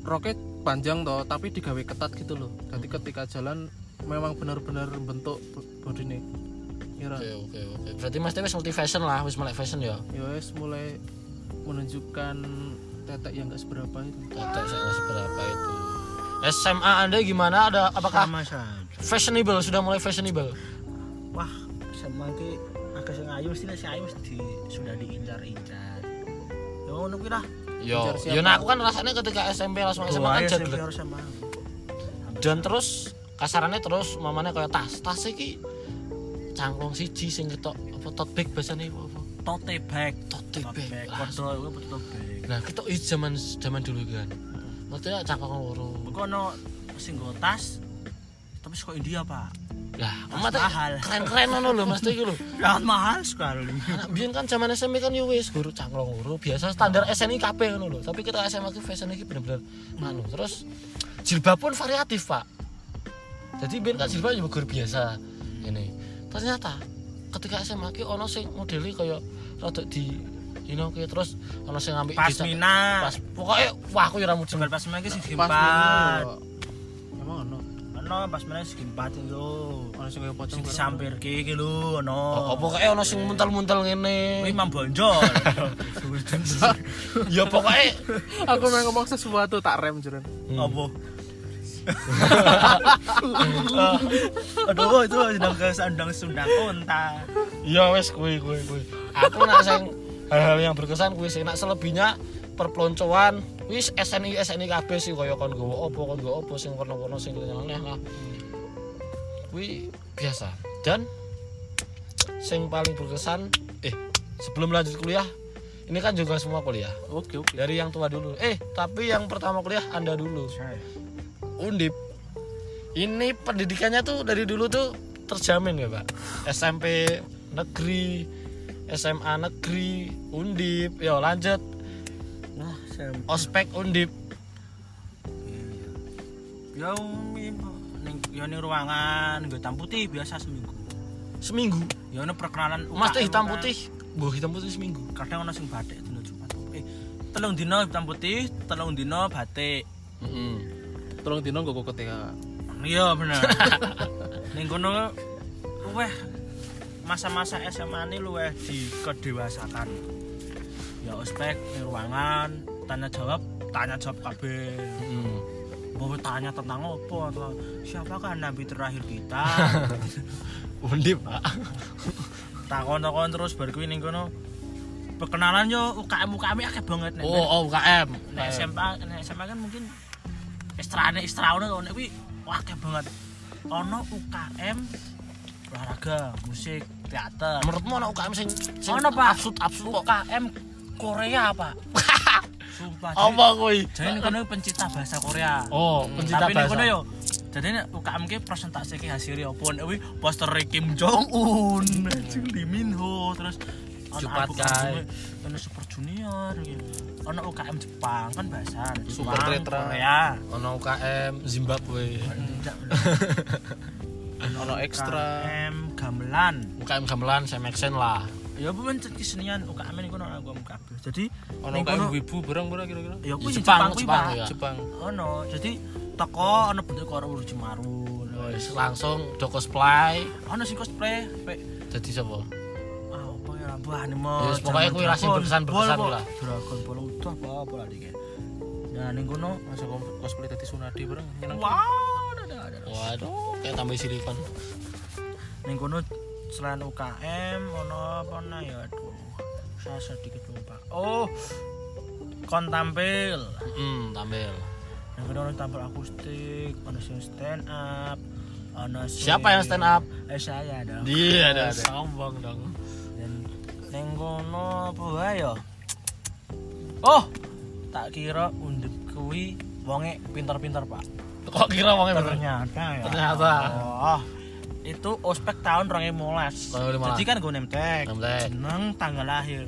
[SPEAKER 2] roket panjang toh tapi digawe ketat gitu loh jadi ketika jalan memang benar-benar bentuk Iya body nih kira
[SPEAKER 1] Oke, oke, oke. Berarti Mas Dewi wis multi fashion lah, wis melek fashion ya.
[SPEAKER 2] ya wes mulai menunjukkan tetek yang gak seberapa itu
[SPEAKER 1] Tetek saya nggak seberapa itu. SMA Anda gimana? Ada apakah
[SPEAKER 3] sama saja
[SPEAKER 1] fashionable sudah mulai fashionable?
[SPEAKER 3] wah sama ki agak sing ayu mesti sing ayu mesti sudah diincar-incar ya ngono kuwi lah
[SPEAKER 1] Yo,
[SPEAKER 2] Ngejar siapa?
[SPEAKER 1] yo nah aku kan rasanya ketika SMP langsung SMA
[SPEAKER 3] Doa
[SPEAKER 1] kan
[SPEAKER 3] ya, saya
[SPEAKER 1] jaglek.
[SPEAKER 3] harus sama
[SPEAKER 1] Dan terus kasarannya terus mamanya kayak tas. Tas iki cangklong siji sing ketok apa apa tote bag bahasane apa apa?
[SPEAKER 3] tote bag
[SPEAKER 1] Tote bag.
[SPEAKER 3] kodho iku apa tote bag
[SPEAKER 1] Nah, kita is zaman zaman dulu kan. Maksudnya cangkok loro.
[SPEAKER 3] Iku ono sing nggo tas tapi saka India pak
[SPEAKER 1] Lah,
[SPEAKER 3] Tas
[SPEAKER 1] mate
[SPEAKER 3] mahal.
[SPEAKER 1] keren-keren ngono lho Mas iki lho.
[SPEAKER 3] sangat mahal sekali
[SPEAKER 1] Anak biyen kan zaman SMP kan yo wis guru cangklong loro, biasa standar SNI kabeh ngono lho. Tapi kita SMA ki fashion iki bener-bener anu. Terus jilbab pun variatif, Pak. Jadi biyen kan jilbab yo guru biasa ini. Ternyata ketika SMA ki ono sing modeli kaya rada di you know, kayak terus ono sing ngambil
[SPEAKER 3] pasmina
[SPEAKER 1] pas pokoknya wah aku yo ora mudeng
[SPEAKER 3] jual pasmina iki sing
[SPEAKER 2] Pas
[SPEAKER 3] diempat
[SPEAKER 2] ngono. Emang ono.
[SPEAKER 3] ono pasmina sing diempat iki lho
[SPEAKER 2] Ono sing kaya pocong
[SPEAKER 3] sing disampirke iki lho ono
[SPEAKER 1] Oh, pokoknya ono sing muntel-muntel ngene.
[SPEAKER 3] Ini Imam Bonjol
[SPEAKER 1] Ya pokoknya
[SPEAKER 2] Aku mau ngomong sesuatu tak rem jeren.
[SPEAKER 3] Apa? Aduh, itu sedang ke sandang Sunda Kunta.
[SPEAKER 1] ya wes kuwi kuwi kuwi. Aku nak sing hal-hal yang berkesan kuwi sih nak selebihnya perpeloncoan wis SNI SNI kabeh sih kaya kon gowo apa kon gowo apa sing warna-warna sing aneh lah. Kuwi biasa. Dan sing paling berkesan eh sebelum lanjut kuliah ini kan juga semua kuliah
[SPEAKER 2] Oke, oke.
[SPEAKER 1] dari yang tua dulu eh tapi yang pertama kuliah anda dulu Undip. Ini pendidikannya tuh dari dulu tuh terjamin ya pak. SMP negeri, SMA negeri, Undip. Yo lanjut
[SPEAKER 3] Wah, saya
[SPEAKER 1] ospek Undip.
[SPEAKER 3] ya umi ning ya ning ruangan nggo hitam putih biasa seminggu
[SPEAKER 1] Seminggu.
[SPEAKER 3] ya ono perkenalan
[SPEAKER 1] Mas tuh
[SPEAKER 3] UKM,
[SPEAKER 1] hitam
[SPEAKER 3] kan.
[SPEAKER 1] putih. Bu hitam putih seminggu.
[SPEAKER 3] kadang ono sing batik dina Jumat eh telung dina hitam putih telung dina batik
[SPEAKER 2] Tolong dino nggo ya. ketika.
[SPEAKER 3] iya bener ning kono luweh masa-masa SMA ini luweh dikedewasakan ya ospek ning ruangan tanya jawab tanya jawab kabeh mau tanya tentang apa atau siapakah nabi terakhir kita
[SPEAKER 1] Undip pak.
[SPEAKER 3] takon-takon terus bar kuwi ning kono perkenalan yo UKM UKM akeh banget nek
[SPEAKER 2] Oh, oh UKM.
[SPEAKER 3] nek SMA nek SMA kan mungkin estrane estraune kok nek kuwi wah, akeh banget ono UKM olahraga musik teater
[SPEAKER 1] Menurutmu anak UKM sing sing
[SPEAKER 3] Ono, Pak.
[SPEAKER 1] absurd absurud kok.
[SPEAKER 3] UKM Korea pak sumpah jadi-
[SPEAKER 1] Apa kuwi?
[SPEAKER 3] jadi ning kono pencinta bahasa Korea
[SPEAKER 1] Oh, pencinta
[SPEAKER 3] Mm, tapi ning kono
[SPEAKER 1] bahasa.
[SPEAKER 3] yo jadi nek UKM ki presentasi ki hasilnya apa nek kuwi poster Kim Jong Un Lee Min Ho terus ono
[SPEAKER 1] Jupat,
[SPEAKER 3] album-
[SPEAKER 1] Kai.
[SPEAKER 3] albumnya, ono Super Junior gitu. ono UKM Jepang kan bahasa
[SPEAKER 1] Super
[SPEAKER 3] Jepang,
[SPEAKER 1] Tetra.
[SPEAKER 3] Korea
[SPEAKER 1] Ono UKM Zimbabwe.
[SPEAKER 2] Ono ekstra.
[SPEAKER 3] UKM gamelan
[SPEAKER 1] UKM gamelan, semeksen lah.
[SPEAKER 3] ya apa men kesenian UKM ini kono ono UKM kabeh jadi
[SPEAKER 2] Ono
[SPEAKER 3] ning Iya.
[SPEAKER 2] UKM wibu bareng bareng kira-kira.
[SPEAKER 3] ya kuwi
[SPEAKER 1] Jepang,
[SPEAKER 3] Jepang kuwi
[SPEAKER 1] Jepang,
[SPEAKER 3] Pak.
[SPEAKER 1] ya.
[SPEAKER 2] Jepang.
[SPEAKER 3] ono jadi toko ono bentuk karo urus jemaru
[SPEAKER 1] Wis, Langsung do cosplay.
[SPEAKER 3] ono sing cosplay pe
[SPEAKER 1] Jadi sapa?
[SPEAKER 3] ah apa ya buah anime
[SPEAKER 1] Yes, pokoknya kuwi rasanya berkesan-berkesan
[SPEAKER 3] lah
[SPEAKER 1] lah.
[SPEAKER 3] dragon ball utuh apa apa lah dikit nah ning kono
[SPEAKER 2] Masa kom- cosplay tadi Sunadi bareng nyeneng.
[SPEAKER 3] wow ada ada
[SPEAKER 1] Waduh, kayak tambah silikon.
[SPEAKER 3] ning kono selain UKM ono apa nah ya aduh saya sedikit lupa oh kon tampil
[SPEAKER 1] Hmm, tampil.
[SPEAKER 3] yang kedua ono tampil akustik ono sing stand up ono sing-
[SPEAKER 1] Siapa yang stand up?
[SPEAKER 3] eh saya dong
[SPEAKER 1] Dia Iya, ada ada. Sombong dong.
[SPEAKER 3] dan neng kono apa wae ya oh tak kira undip kuwi wonge pinter-pinter pak
[SPEAKER 1] Kok kira wongnya bener?
[SPEAKER 3] ternyata ya
[SPEAKER 1] Ternyata.
[SPEAKER 3] oh, itu ospek tahun 2015
[SPEAKER 1] 2015.
[SPEAKER 3] jadi kan gue nemtek
[SPEAKER 1] Nemtek. Hmm.
[SPEAKER 3] jeneng tanggal lahir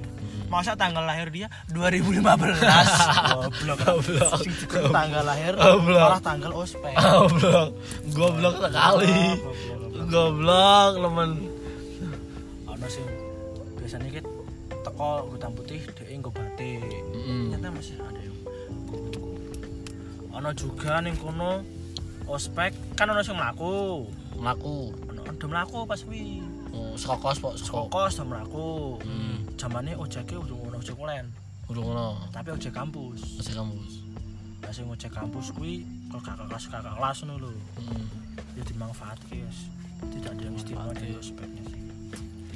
[SPEAKER 3] masa tanggal lahir dia 2015 goblok
[SPEAKER 1] Goblok.
[SPEAKER 3] Sing jeneng tanggal lahir
[SPEAKER 1] Goblok.
[SPEAKER 3] malah tanggal ospek Oh,
[SPEAKER 1] Goblok. Goblok sekali. Goblok lemen.
[SPEAKER 3] ono sing biasanya kita teko hitam putih dhek nggo batik
[SPEAKER 1] Mm-mm.
[SPEAKER 3] ternyata masih ada yang ono juga ning kono ospek kan ono sing mlaku
[SPEAKER 1] Melaku.
[SPEAKER 3] ono do mlaku pas kuwi
[SPEAKER 1] Oh, Sekokos pok sekok.
[SPEAKER 3] kos do mlaku
[SPEAKER 1] Hmm.
[SPEAKER 3] jamane ojeke udah ono ojek online
[SPEAKER 1] Udah ngono.
[SPEAKER 3] tapi ojek kampus
[SPEAKER 1] Masih kamu.
[SPEAKER 3] Lah sing ojek kampus kuwi kalau kakak kelas kakak kelas ngono lho
[SPEAKER 1] Hmm.
[SPEAKER 3] ya dimanfaatke wis tidak ada yang istimewa dari ospeknya sih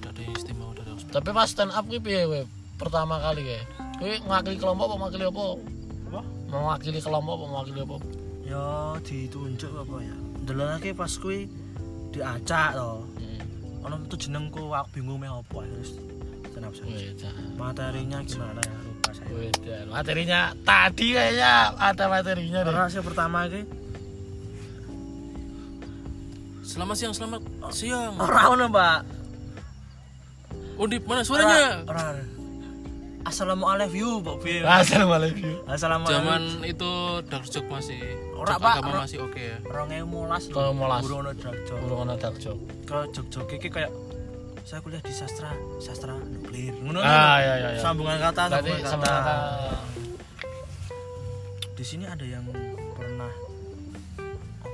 [SPEAKER 2] Tidak ada yang istimewa dari ospek.
[SPEAKER 1] Tapi pas stand up ki piye kowe? Pertama kali kowe. Kowe mewakili kelompok apa mewakili apa?
[SPEAKER 3] apa
[SPEAKER 1] Mewakili kelompok apa mewakili apa?
[SPEAKER 3] ya ditunjuk apa ya ndelokake pas kuwi diacak to
[SPEAKER 1] Hmm.
[SPEAKER 3] ono itu jenengku aku bingung meh apa ya? terus senap saya
[SPEAKER 1] Wedan.
[SPEAKER 3] materinya gimana ya lupa saya
[SPEAKER 1] Wedan. Materinya tadi kayaknya ada materinya deh.
[SPEAKER 3] Karena saya pertama iki
[SPEAKER 2] Selamat siang, selamat siang.
[SPEAKER 3] ora ono, Pak.
[SPEAKER 2] Undip mana
[SPEAKER 3] Ora-
[SPEAKER 2] suaranya?
[SPEAKER 3] Ora. Assalamualaikum, Pak Bil.
[SPEAKER 1] Assalamualaikum.
[SPEAKER 3] Assalamualaikum.
[SPEAKER 2] Zaman itu dark joke masih
[SPEAKER 3] Ora,
[SPEAKER 2] joke
[SPEAKER 3] Pak,
[SPEAKER 2] agama
[SPEAKER 3] ora.
[SPEAKER 2] masih oke ya.
[SPEAKER 3] 2015 lho.
[SPEAKER 1] 2015.
[SPEAKER 3] Urung ono Dragjo.
[SPEAKER 1] Kurang ada jok.
[SPEAKER 3] Ke Jogja iki kayak saya kuliah di sastra, sastra nuklir. Ngono.
[SPEAKER 1] Ah, iya, iya, iya.
[SPEAKER 3] Sambungan kata,
[SPEAKER 1] Berarti
[SPEAKER 3] sambungan
[SPEAKER 1] sama
[SPEAKER 3] kata.
[SPEAKER 1] kata
[SPEAKER 3] Di sini ada yang pernah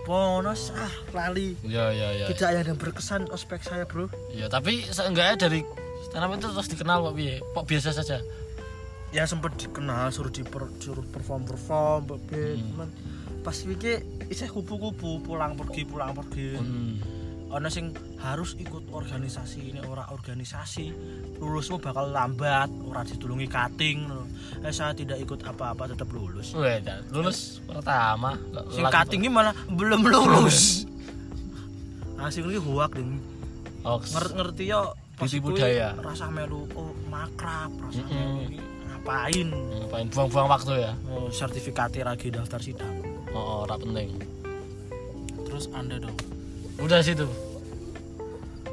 [SPEAKER 3] apa ngono ah lali.
[SPEAKER 1] Ya ya ya.
[SPEAKER 3] Tidak ada yang berkesan ospek saya, Bro.
[SPEAKER 1] Ya tapi seenggaknya dari stand itu terus dikenal kok piye? Kok biasa saja?
[SPEAKER 3] ya sempat dikenal suruh di suruh perform perform bebe
[SPEAKER 1] Hmm.
[SPEAKER 3] cuman pas iki isih kupu-kupu pulang pergi pulang pergi
[SPEAKER 1] Hmm.
[SPEAKER 3] ono sing harus ikut organisasi ini ora organisasi lulusmu bakal lambat ora ditulungi cutting ngono. eh saya tidak ikut apa-apa tetap lulus
[SPEAKER 1] Wedan. Lulus pertama.
[SPEAKER 3] sing
[SPEAKER 1] Lagi-
[SPEAKER 3] cutting ini malah belum lulus asing ini huak ding
[SPEAKER 1] Oks.
[SPEAKER 3] Nger ngerti yo pas
[SPEAKER 1] Beauty
[SPEAKER 3] iku
[SPEAKER 1] budaya.
[SPEAKER 3] rasa melu oh makrab rasa
[SPEAKER 1] Mm-mm.
[SPEAKER 3] melu ini ngapain
[SPEAKER 1] Ngapain buang-buang waktu ya?
[SPEAKER 3] oh, sertifikatnya lagi daftar sidang
[SPEAKER 1] Oh, ora penting.
[SPEAKER 2] Terus Anda dong.
[SPEAKER 1] Udah situ.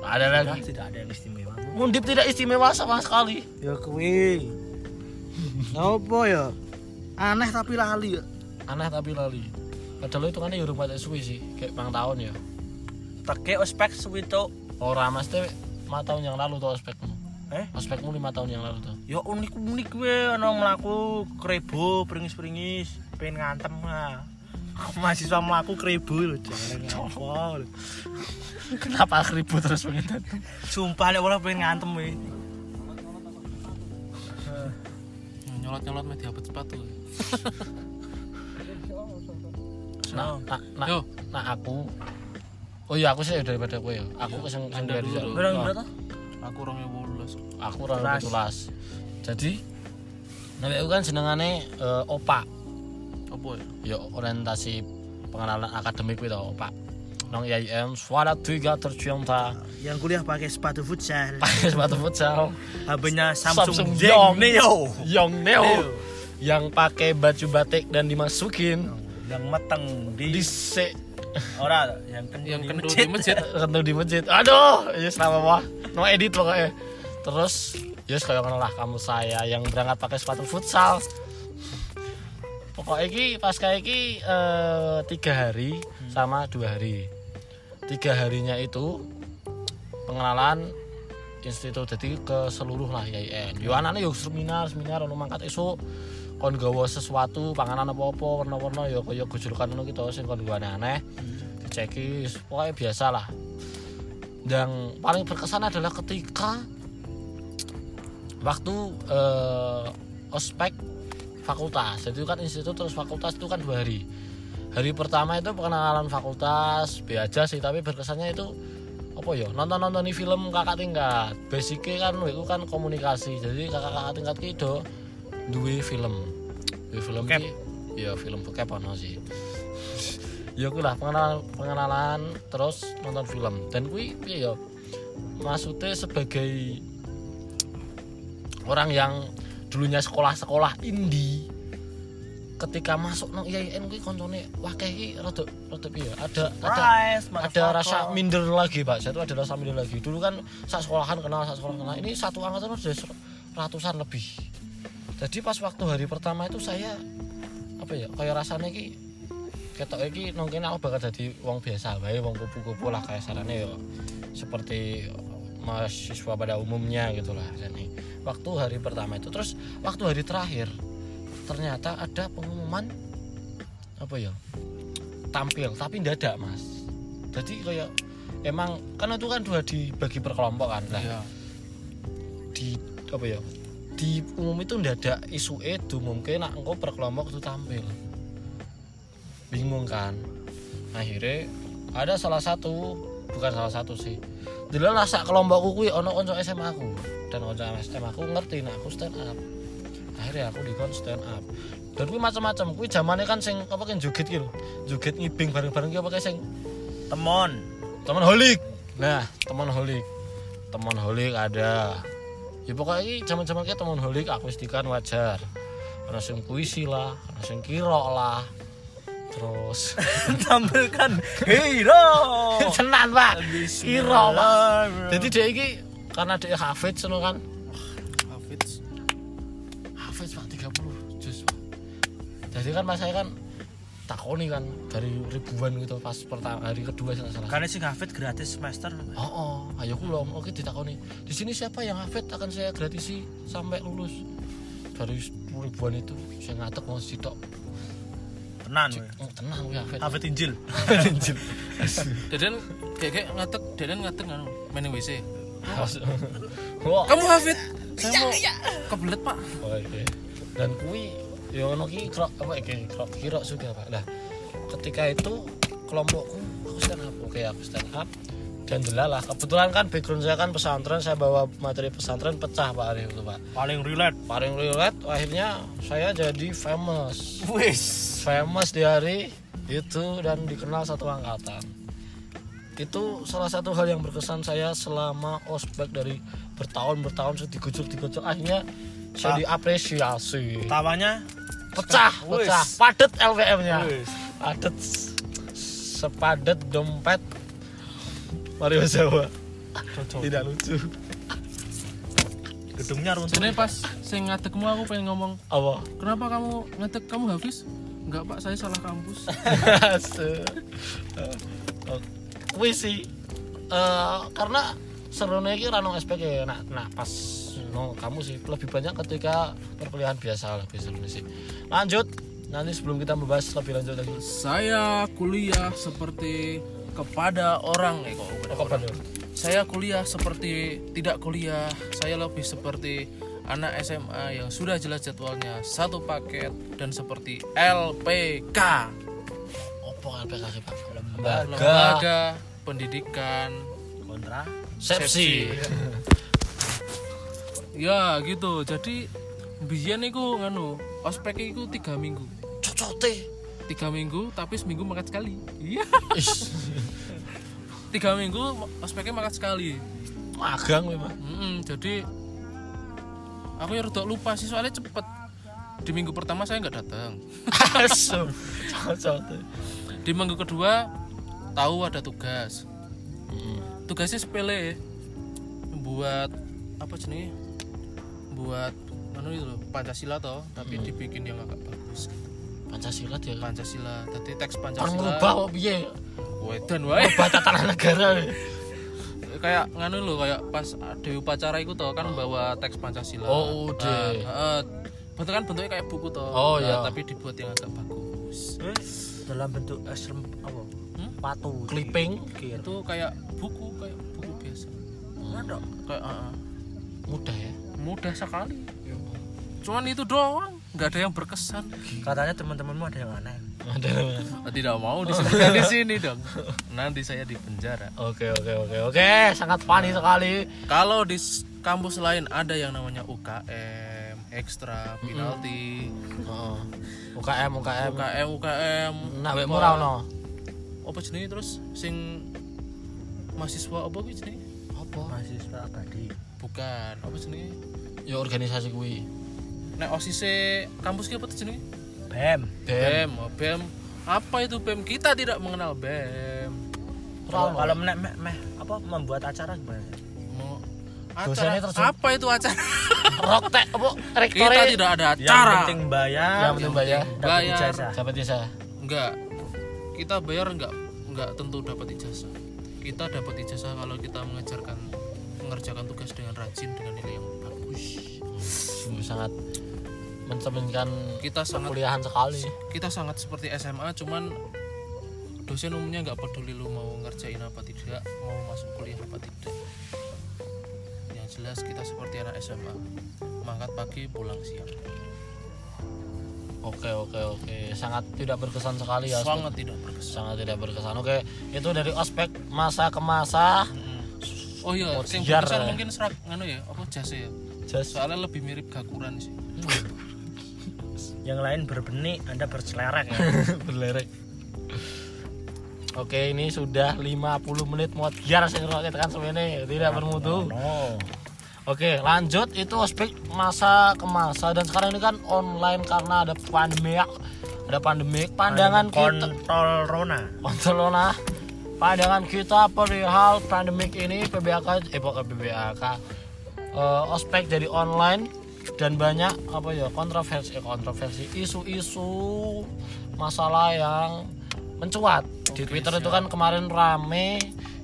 [SPEAKER 1] Ada
[SPEAKER 3] Tidak,
[SPEAKER 1] lagi.
[SPEAKER 3] tidak ada yang istimewa
[SPEAKER 1] Undip tidak istimewa sama sekali.
[SPEAKER 3] ya kuwi apa ya aneh tapi lali ya
[SPEAKER 1] Aneh tapi lali. Padahal itu kan ya rumah suwi sih, kayak pang tahun ya.
[SPEAKER 3] teke ospek suwi tok.
[SPEAKER 1] Orang mas teh lima tahun yang lalu tuh ospekmu.
[SPEAKER 3] eh
[SPEAKER 1] Ospekmu lima tahun yang lalu tuh.
[SPEAKER 3] ya unik unik gue ono mlaku krebo peringis peringis pengen ngantem lah mahasiswa mlaku krebo lho jarang apa lho.
[SPEAKER 1] Kenapa ribut terus Nah, begitu?
[SPEAKER 3] sumpah nek ora pengen ngantem we
[SPEAKER 2] Nyolot-nyolot media apa sepatu.
[SPEAKER 1] Nah,
[SPEAKER 3] So,
[SPEAKER 1] nah, nah,
[SPEAKER 2] Yo.
[SPEAKER 1] nah aku. Oh iya aku sih daripada kowe ya. Aku sing sing
[SPEAKER 2] Anda
[SPEAKER 1] kuliah di
[SPEAKER 2] dulu.
[SPEAKER 1] Jawa.
[SPEAKER 3] berang
[SPEAKER 1] Oh,
[SPEAKER 3] berapa
[SPEAKER 2] Aku orangnya bolos.
[SPEAKER 1] Aku ora
[SPEAKER 3] Kelas.
[SPEAKER 1] kelas. Jadi nek aku kan jenengane eh, opak.
[SPEAKER 2] Apa ya?
[SPEAKER 1] ya orientasi pengenalan akademik itu pak nong IAIM suara tiga tercinta
[SPEAKER 3] yang kuliah pakai sepatu futsal
[SPEAKER 1] pakai sepatu futsal
[SPEAKER 3] HP-nya
[SPEAKER 1] Ah, Samsung
[SPEAKER 3] Samsung
[SPEAKER 1] Jong.
[SPEAKER 3] Jong Neo
[SPEAKER 1] yang neo yang pakai baju batik dan dimasukin
[SPEAKER 3] yang meteng
[SPEAKER 1] di
[SPEAKER 3] di
[SPEAKER 1] se
[SPEAKER 3] ora yang kendor
[SPEAKER 2] Yang
[SPEAKER 3] di
[SPEAKER 2] kendor
[SPEAKER 3] masjid.
[SPEAKER 2] di masjid.
[SPEAKER 1] rendu di masjid aduh ya selama wah no edit pokoknya terus ya kalau lah kamu saya yang berangkat pakai sepatu futsal pokoknya iki pas kayak iki eh, tiga hari sama dua hari tiga harinya itu pengenalan institut jadi ke seluruh lah YIN yo anaknya yo seminar seminar ono mangkat esuk kon gawa sesuatu panganan apa apa warna warna yo kaya gejulukan ngono gitu sing kon gawa aneh aneh diceki pokoknya biasa lah yang paling berkesan adalah ketika waktu eh, ospek fakultas jadi kan institut terus fakultas itu kan dua hari hari pertama itu pengenalan fakultas be aja sih tapi berkesannya itu apa ya nonton nonton film kakak tingkat basicnya kan itu kan komunikasi jadi kakak kakak tingkat itu duwe film duwe film
[SPEAKER 3] Bokep.
[SPEAKER 1] ki- ya film bokep ono sih ya kuwi lah pengenalan pengenalan terus nonton film dan kui piye ya maksudnya sebagai orang yang dulunya sekolah-sekolah indie ketika masuk nang IAIN kuwi koncone wah kayak iki rada rada piye ya, ada ada
[SPEAKER 3] Surprise,
[SPEAKER 1] ada
[SPEAKER 3] motherfucker.
[SPEAKER 1] rasa minder lagi pak saya tuh ada rasa minder lagi dulu kan saat sekolahan kenal saat sekolah kenal ini satu angkatan sudah ser- ratusan lebih jadi pas waktu hari pertama itu saya apa ya kayak rasanya ki ketok iki mungkin aku bakal jadi wong biasa wae wong kupu-kupu lah kayak sarane yo seperti mahasiswa pada umumnya gitu lah jadi waktu hari pertama itu terus waktu hari terakhir ternyata ada pengumuman apa ya tampil tapi dadak mas jadi kayak emang karena itu kan dua dibagi per kelompok kan lah
[SPEAKER 2] Iya.
[SPEAKER 1] di apa ya di umum itu ndadak isu itu mungkin nak engkau per kelompok itu tampil bingung kan akhirnya ada salah satu bukan salah satu sih dulu rasa kelompokku kuwi ono konco SMA aku dan konco SMA aku ngerti nah aku stand up akhirnya aku dikon stand up dan kuwi macam-macam kuwi zamannya kan sing apa kan joget gitu joget ngibing bareng-bareng ki apa kayak sing
[SPEAKER 3] temon
[SPEAKER 1] teman holik nah teman holik teman holik ada ya pokoknya ini zaman-zaman kayak teman holik akustikan wajar karena sing puisi lah karena sing kiro lah terus
[SPEAKER 3] tampilkan hero Oh,
[SPEAKER 1] tenan pak kiro pak jadi dia ini karena dia hafid seneng kan
[SPEAKER 2] Hafiz
[SPEAKER 1] Hafiz pak 30 juz Pak. jadi kan mas saya kan takoni kan dari ribuan gitu pas pertama hari kedua saya nggak salah
[SPEAKER 3] karena sing hafid gratis semester
[SPEAKER 1] oh, oh ayo kulo oke ditakoni di sini siapa yang hafid akan saya gratisi sampai lulus dari 10 ribuan itu saya ngatek mau sitok
[SPEAKER 3] tenan we.
[SPEAKER 1] oh, tenang ya hafid
[SPEAKER 3] hafid injil
[SPEAKER 1] Injil.
[SPEAKER 2] Dadan kayak kayak ngatek Dadan ngatek kan main WC
[SPEAKER 1] Wah,
[SPEAKER 2] kamu Hafiz saya mau kebelet pak
[SPEAKER 1] Oke. Dan kui yo ono ki krok apa iki krok kirok sudah Pak. Nah, ketika itu kelompokku aku stand up. Oke, aku stand up dan delalah kebetulan kan background saya kan pesantren saya bawa materi pesantren pecah Pak Arif itu Pak
[SPEAKER 3] paling relate
[SPEAKER 1] paling relate akhirnya saya jadi famous
[SPEAKER 3] wis
[SPEAKER 1] famous di hari itu dan dikenal satu angkatan itu salah satu hal yang berkesan saya selama ospek dari bertahun-bertahun saya digojok digojok akhirnya
[SPEAKER 3] Ta-
[SPEAKER 1] saya diapresiasi
[SPEAKER 3] tawanya
[SPEAKER 1] pecah
[SPEAKER 3] Wis.
[SPEAKER 1] pecah padet LVM-nya
[SPEAKER 3] Wis.
[SPEAKER 1] padet sepadet dompet Mario Jawa
[SPEAKER 3] cocok
[SPEAKER 1] tidak lucu
[SPEAKER 3] gedungnya runtuh
[SPEAKER 2] sebenarnya pas saya ngatekmu aku pengen ngomong
[SPEAKER 1] apa
[SPEAKER 2] kenapa kamu ngatek kamu Hafiz enggak pak saya salah kampus
[SPEAKER 1] Se- eh, oh, kuwi sih eh, karena serunya ini ranong SPG nah, nah pas no, kamu sih lebih banyak ketika perkuliahan biasa lebih seru sih lanjut nanti sebelum kita membahas lebih lanjut lagi
[SPEAKER 2] saya kuliah seperti kepada orang eh kok kepada
[SPEAKER 1] apa Pak Nur?
[SPEAKER 2] saya kuliah seperti tidak kuliah saya lebih seperti anak SMA yang sudah jelas jadwalnya satu paket dan seperti LPK
[SPEAKER 1] apa LPK sih pak lembaga
[SPEAKER 2] lembaga pendidikan
[SPEAKER 3] kontra
[SPEAKER 1] sepsi
[SPEAKER 2] ya gitu jadi biyen iku nganu ospek iku tiga minggu
[SPEAKER 1] cocote
[SPEAKER 2] tiga minggu tapi seminggu makan sekali iya
[SPEAKER 1] Ish,
[SPEAKER 2] tiga minggu ospeknya makan sekali
[SPEAKER 1] magang memang
[SPEAKER 2] Mm-mm, jadi aku ya rada lupa sih soalnya cepet di minggu pertama saya nggak datang
[SPEAKER 1] asu cocote
[SPEAKER 2] di minggu kedua tahu ada tugas
[SPEAKER 1] Mm.
[SPEAKER 2] tugasnya sepele buat apa sih buat anu itu loh pancasila toh
[SPEAKER 1] Hmm.
[SPEAKER 2] tapi dibikin yang agak bagus
[SPEAKER 1] Pancasila dia kan
[SPEAKER 2] pancasila tadi teks
[SPEAKER 1] orang
[SPEAKER 2] pancasila
[SPEAKER 1] merubah kok piye
[SPEAKER 2] wedan wae
[SPEAKER 1] batataran negara
[SPEAKER 2] kayak nganu lho kayak pas dewi upacara itu toh kan bawa teks pancasila
[SPEAKER 1] Oh, udah.
[SPEAKER 2] Nah, heeh. bentuk kan bentuknya kayak buku toh
[SPEAKER 1] Oh,
[SPEAKER 2] Nah,
[SPEAKER 1] iya.
[SPEAKER 2] tapi dibuat yang agak bagus
[SPEAKER 3] dalam bentuk es rem apa
[SPEAKER 2] Hmm?
[SPEAKER 3] patu
[SPEAKER 1] clipping
[SPEAKER 3] kir
[SPEAKER 2] itu kayak buku kayak buku biasa
[SPEAKER 3] Ngadok.
[SPEAKER 2] kayak heeh.
[SPEAKER 1] mudah ya
[SPEAKER 2] mudah sekali cuman itu doang nggak ada yang berkesan
[SPEAKER 3] katanya teman-temanmu ada yang aneh
[SPEAKER 1] ada
[SPEAKER 2] Oh, tidak mau disebutkan di sini dong nanti saya di penjara
[SPEAKER 1] oke oke oke oke sangat funny sekali
[SPEAKER 2] kalau di s- kampus lain ada yang namanya UKM ekstra penalti
[SPEAKER 1] Heeh. UKM UKM
[SPEAKER 2] UKM UKM
[SPEAKER 1] nah wekmu ra ono
[SPEAKER 2] apa jenenge terus sing mahasiswa apa kuwi jenenge
[SPEAKER 1] apa
[SPEAKER 3] mahasiswa abadi
[SPEAKER 2] bukan apa jenenge
[SPEAKER 1] ya organisasi kuwi
[SPEAKER 2] nek osise kampus ki apa tuh jenenge
[SPEAKER 3] bem
[SPEAKER 1] BEM
[SPEAKER 2] BEM oh, BEM apa itu BEM kita tidak mengenal BEM
[SPEAKER 1] Ra ono.
[SPEAKER 3] kalau menek meh, meh apa membuat acara gimana
[SPEAKER 2] Mau-
[SPEAKER 1] Dosennya
[SPEAKER 2] acara
[SPEAKER 1] terjun-
[SPEAKER 2] apa itu acara
[SPEAKER 1] roktek apa rektore Ya,
[SPEAKER 2] kita tidak ada
[SPEAKER 3] yang
[SPEAKER 2] acara
[SPEAKER 3] penting bayar
[SPEAKER 1] yang penting bayar
[SPEAKER 3] dapat
[SPEAKER 2] bayar
[SPEAKER 3] ijazah
[SPEAKER 1] dapat jasa
[SPEAKER 2] enggak kita bayar enggak enggak tentu dapat ijazah kita dapat ijazah kalau kita mengejarkan mengerjakan tugas dengan rajin dengan nilai yang bagus
[SPEAKER 1] sungguh sangat mencerminkan
[SPEAKER 2] kita sangat
[SPEAKER 1] perkuliahan sekali
[SPEAKER 2] kita sangat seperti SMA cuman dosen umumnya nggak peduli lu mau ngerjain apa tidak mau masuk kuliah apa tidak yang jelas kita seperti anak SMA mangkat pagi pulang siang
[SPEAKER 1] oke oke oke sangat tidak berkesan sekali ya
[SPEAKER 2] sangat tidak berkesan
[SPEAKER 1] sangat tidak berkesan oke itu dari ospek masa ke masa
[SPEAKER 2] Mm. oh iya
[SPEAKER 1] Mau
[SPEAKER 2] yang
[SPEAKER 1] siar,
[SPEAKER 2] berkesan
[SPEAKER 1] ya.
[SPEAKER 2] mungkin serak nganu ya apa jasa ya
[SPEAKER 1] jasa
[SPEAKER 2] soalnya lebih mirip gakuran sih
[SPEAKER 3] Iya. yang lain berbenik anda berselerek ya
[SPEAKER 1] berlerek oke Oke, ini sudah 50 menit mau biar sing roket kan semene, tidak bermutu.
[SPEAKER 3] no
[SPEAKER 1] Oke, lanjut itu ospek masa ke masa dan sekarang ini kan online karena ada pandemi. Ada pandemi. Pandangan kita
[SPEAKER 3] kontol rona
[SPEAKER 1] Barcelona. Pandangan kita perihal pandemik ini PBAK eh bukan PBAK eh, ospek jadi online dan banyak apa ya kontroversi eh, kontroversi isu-isu masalah yang mencuat di Twitter itu kan kemarin rame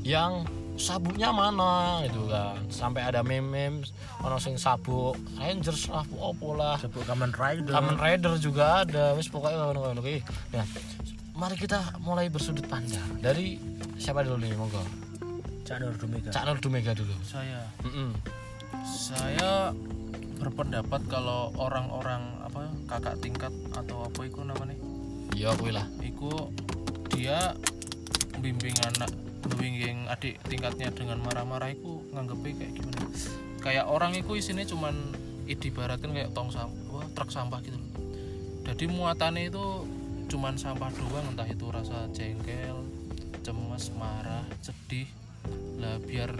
[SPEAKER 1] yang sabuknya mana gitu kan sampai ada meme ono sing sabuk Rangers lah opo lah
[SPEAKER 3] sebut kamen rider
[SPEAKER 1] Kamen Rider juga ada, wis pokoknya kawan-kawan oke. Nah, mari kita mulai bersudut pandang dari siapa dulu nih monggo.
[SPEAKER 3] cak nur dumega
[SPEAKER 1] Cak Nur Dumega dulu.
[SPEAKER 2] saya
[SPEAKER 1] Nah. Mm-mm.
[SPEAKER 2] saya berpendapat kalau orang-orang apa kakak tingkat atau apa itu namanya
[SPEAKER 1] Iya kuwi lah.
[SPEAKER 2] itu dia membimbing anak membimbing adik tingkatnya dengan marah-marah itu nganggepnya kayak gimana kayak orang itu isinya cuman ibaratkan kayak tong sampah truk sampah gitu loh. jadi muatannya itu cuman sampah doang entah itu rasa jengkel cemas marah sedih lah biar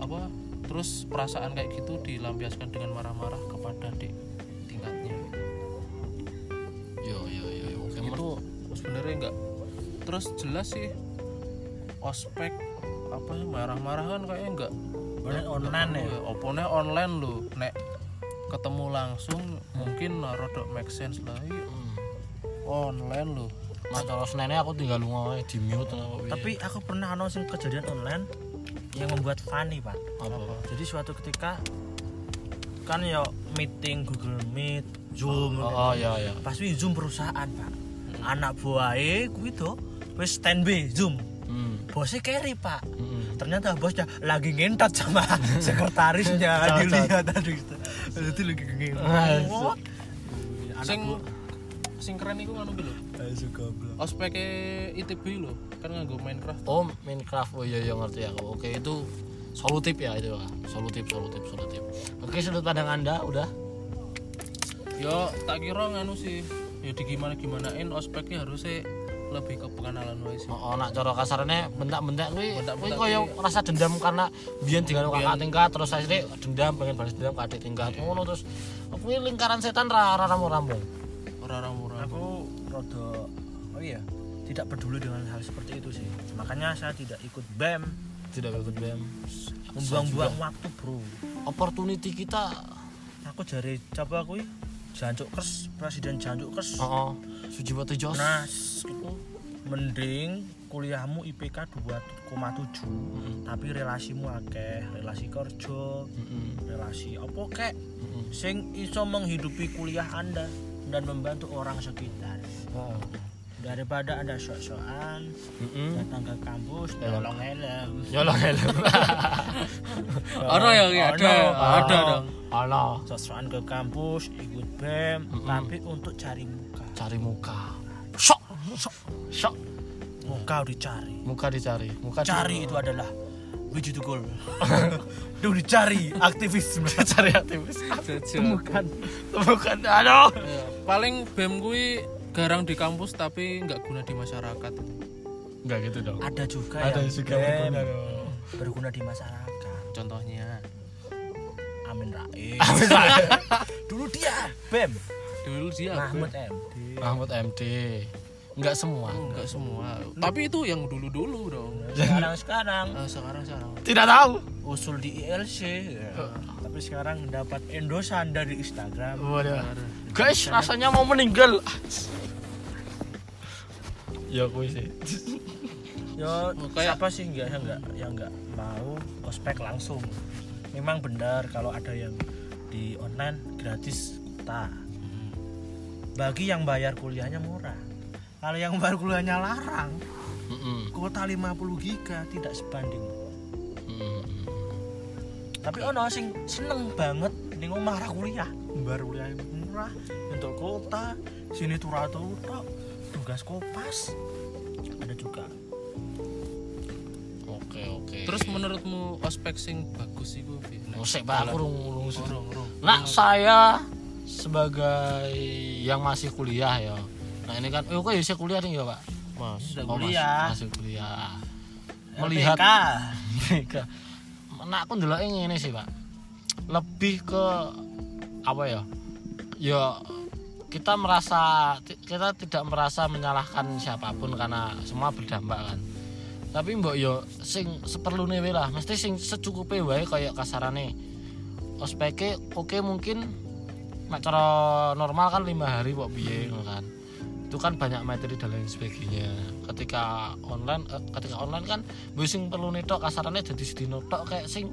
[SPEAKER 2] apa terus perasaan kayak gitu dilampiaskan dengan marah-marah kepada adik tingkatnya
[SPEAKER 1] Yo yo yo yo. oke. Mer-
[SPEAKER 2] itu sebenarnya enggak terus jelas sih ospek apa sih, marah-marah kan kayaknya enggak
[SPEAKER 3] Padahal online ya
[SPEAKER 2] ya opone online loh nek ketemu langsung mungkin rodok make sense lah Iya,
[SPEAKER 1] Mm.
[SPEAKER 2] online loh
[SPEAKER 1] Nah, kalau Seninnya aku tinggal lunga wae, di mute lah, kok.
[SPEAKER 3] tapi aku pernah ono sing kejadian online yang membuat funny pak
[SPEAKER 1] apa?
[SPEAKER 3] jadi suatu ketika kan ya meeting Google Meet Zoom
[SPEAKER 1] Oh,
[SPEAKER 3] gitu.
[SPEAKER 1] oh, iya, iya.
[SPEAKER 3] pas wi Zoom perusahaan pak anak buahe kuwi to wis standby Zoom
[SPEAKER 1] Mm.
[SPEAKER 3] bosnya carry pak
[SPEAKER 1] Mm-mm.
[SPEAKER 3] ternyata bosnya lagi ngentot sama sekretarisnya kan
[SPEAKER 1] Cocok.
[SPEAKER 3] dilihat tadi itu lagi
[SPEAKER 1] Ah,
[SPEAKER 3] ngentot Ya,
[SPEAKER 2] sing sing keren itu kan lho
[SPEAKER 3] suka
[SPEAKER 2] ospeknya ITB loh kan nganggo Minecraft
[SPEAKER 1] Oh, Minecraft. Oh iya iya ngerti aku. Oke, itu solutif ya itu lah. Solutif, solutif, solutif. Oke, sudut pandang Anda udah.
[SPEAKER 2] yo tak kira nganu sih ya di gimana gimanain ospeknya harusnya lebih ke pengenalan wae sih
[SPEAKER 1] Oh, oh, nak cara kasarnya bentak-bentak kuwi kuwi
[SPEAKER 2] Bentak-bentak
[SPEAKER 1] koyo rasa dendam karena biyen dengan kakak tingkat terus akhirnya dendam pengen balas dendam ke adik tingkat ngono terus kuwi lingkaran setan ra ra rambu-rambu.
[SPEAKER 2] orang-orang
[SPEAKER 3] aku rada oh iya tidak peduli dengan hal seperti itu sih makanya saya tidak ikut BEM
[SPEAKER 1] Tidak ikut BM.
[SPEAKER 3] membuang-buang waktu bro
[SPEAKER 1] Opportunity kita
[SPEAKER 3] aku jari coba aku ya, jancuk kers presiden jancuk kers
[SPEAKER 1] heeh Sujiwati Oh, Jos.
[SPEAKER 3] nah s- itu mending kuliahmu IPK 2,7 tapi relasimu akeh relasi kerja
[SPEAKER 1] Mm-mm,
[SPEAKER 3] relasi apa kek
[SPEAKER 1] mm-mm.
[SPEAKER 3] sing iso menghidupi kuliah anda dan membantu orang sekitar
[SPEAKER 1] Ah.
[SPEAKER 3] daripada anda sok-sokan
[SPEAKER 1] Mm-mm. Ya.
[SPEAKER 3] datang ke kampus
[SPEAKER 1] Helm.
[SPEAKER 3] nyolong helm
[SPEAKER 1] Nyolong helm.
[SPEAKER 2] Ada ya, Ki? Ada. Ada dong.
[SPEAKER 1] Ala,
[SPEAKER 3] sok-sokan ke kampus ikut BEM tapi untuk cari muka
[SPEAKER 1] cari muka. Sok, sok, sok.
[SPEAKER 3] muka dicari
[SPEAKER 1] Muka dicari, muka
[SPEAKER 3] cari itu adalah biji tukul itu dicari aktivis
[SPEAKER 1] cari aktivis.
[SPEAKER 2] Jajal.
[SPEAKER 1] Bukan, aduh.
[SPEAKER 2] Ya, paling BEM kuwi garang di kampus tapi nggak guna di masyarakat.
[SPEAKER 1] Enggak gitu dong.
[SPEAKER 3] ada juga
[SPEAKER 1] Ada
[SPEAKER 3] yang
[SPEAKER 1] juga
[SPEAKER 3] BEM
[SPEAKER 1] berguna dong.
[SPEAKER 3] berguna di masyarakat
[SPEAKER 2] Contohnya
[SPEAKER 3] Amin Rais dulu dia BEM
[SPEAKER 2] dulu dia
[SPEAKER 3] Mahmud
[SPEAKER 2] Mahmud.
[SPEAKER 3] MD
[SPEAKER 1] Mahmud MD. Enggak semua.
[SPEAKER 2] Enggak semua. Tapi itu yang dulu-dulu Eh, dong.
[SPEAKER 3] sekarang sekarang
[SPEAKER 2] Nah, sekarang sekarang.
[SPEAKER 1] Tidak tahu.
[SPEAKER 3] usul di ILC ya. tapi sekarang dapat endosan dari Instagram
[SPEAKER 1] Waduh. Guys, rasanya mau meninggal. ya kuwi sih.
[SPEAKER 3] ya
[SPEAKER 2] Oh, kayak-
[SPEAKER 3] siapa sih nggak yang nggak yang nggak mau ospek langsung memang benar kalau ada yang di online gratis kuota Hmm. bagi yang bayar kuliahnya murah kalau yang bayar kuliahnya larang kuota 50 giga tidak sebanding tapi ono sing seneng banget ning omah ra kuliah mbar kuliah murah untuk kota sini turu tok tugas kopas ada juga
[SPEAKER 1] Oke, oke.
[SPEAKER 2] Terus menurutmu ospek sing bagus iku piye? Nek-
[SPEAKER 1] musik Pak Nah, aku rung- rung- rung-
[SPEAKER 2] Urung, urung.
[SPEAKER 1] Nah, saya sebagai yang masih kuliah ya. Nah, ini kan eh kok ya oh, saya kuliah nih ya, Pak. Oh,
[SPEAKER 3] Mas.
[SPEAKER 1] mas-
[SPEAKER 3] kuliah.
[SPEAKER 1] masih kuliah
[SPEAKER 3] LPK.
[SPEAKER 1] melihat mereka nah aku ndelok ngene sih pak lebih ke apa ya ya kita merasa ti- kita tidak merasa menyalahkan siapapun karena semua berdampak kan tapi mbok yo sing seperlune wae lah mesti sing secukupe wae kayak kasarane ospeke oke mungkin mak cara normal kan lima hari kok piye ngono kan itu kan banyak materi dan lain sebagainya ketika online eh, ketika online kan mbok sing perlu netok kasarannya jadi sedino tok kayak sing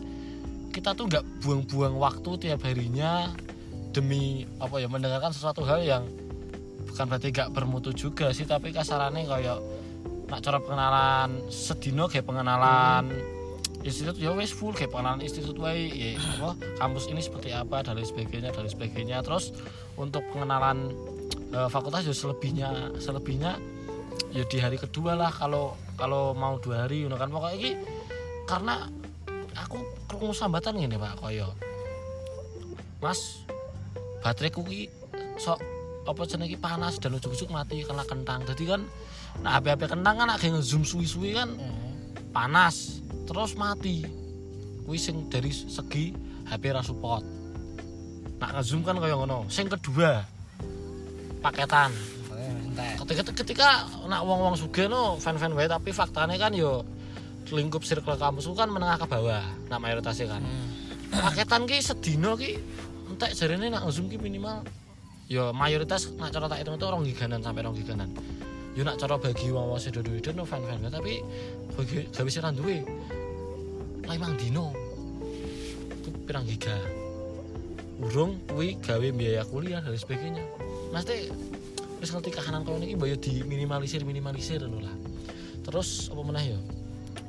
[SPEAKER 1] kita tuh nggak buang-buang waktu tiap harinya demi apa ya mendengarkan sesuatu hal yang bukan berarti gak bermutu juga sih tapi kasarannya kayak nak cara pengenalan sedino kayak pengenalan institut ya wes full kayak pengenalan institut wae ya apa kampus ini seperti apa dan lain sebagainya dan lain sebagainya terus untuk pengenalan eh, fakultas ya selebihnya selebihnya ya di hari kedua lah kalau kalau mau dua hari you know kan pokoknya ini karena aku krungu sambatan gini pak koyo mas baterai ki sok apa jenenge iki panas dan ujung-ujung mati kena kentang jadi kan nah HP-HP kentang kan agak nge-zoom suwi-suwi kan panas terus mati kuwi sing dari segi HP ra support nak ngezoom kan kaya ngono sing kedua paketan ketika ketika nak wong-wong sugih no fan-fan wae tapi faktanya kan yo lingkup circle kampus ku kan menengah ke bawah nak mayoritasnya kan paketan ki sedino ki entek jarene nak zoom ki minimal ya mayoritas nak cara tak hitung itu orang giganan sampai orang giganan yo nak cara bagi wong wong sedo duwe no fan fan tapi bagi gawe sira duwe lah emang dino ku pirang giga urung kuwi gawe biaya kuliah dan sebagainya mesti wis ngerti kahanan kono iki mbok yo diminimalisir minimalisir lho lah terus apa meneh yo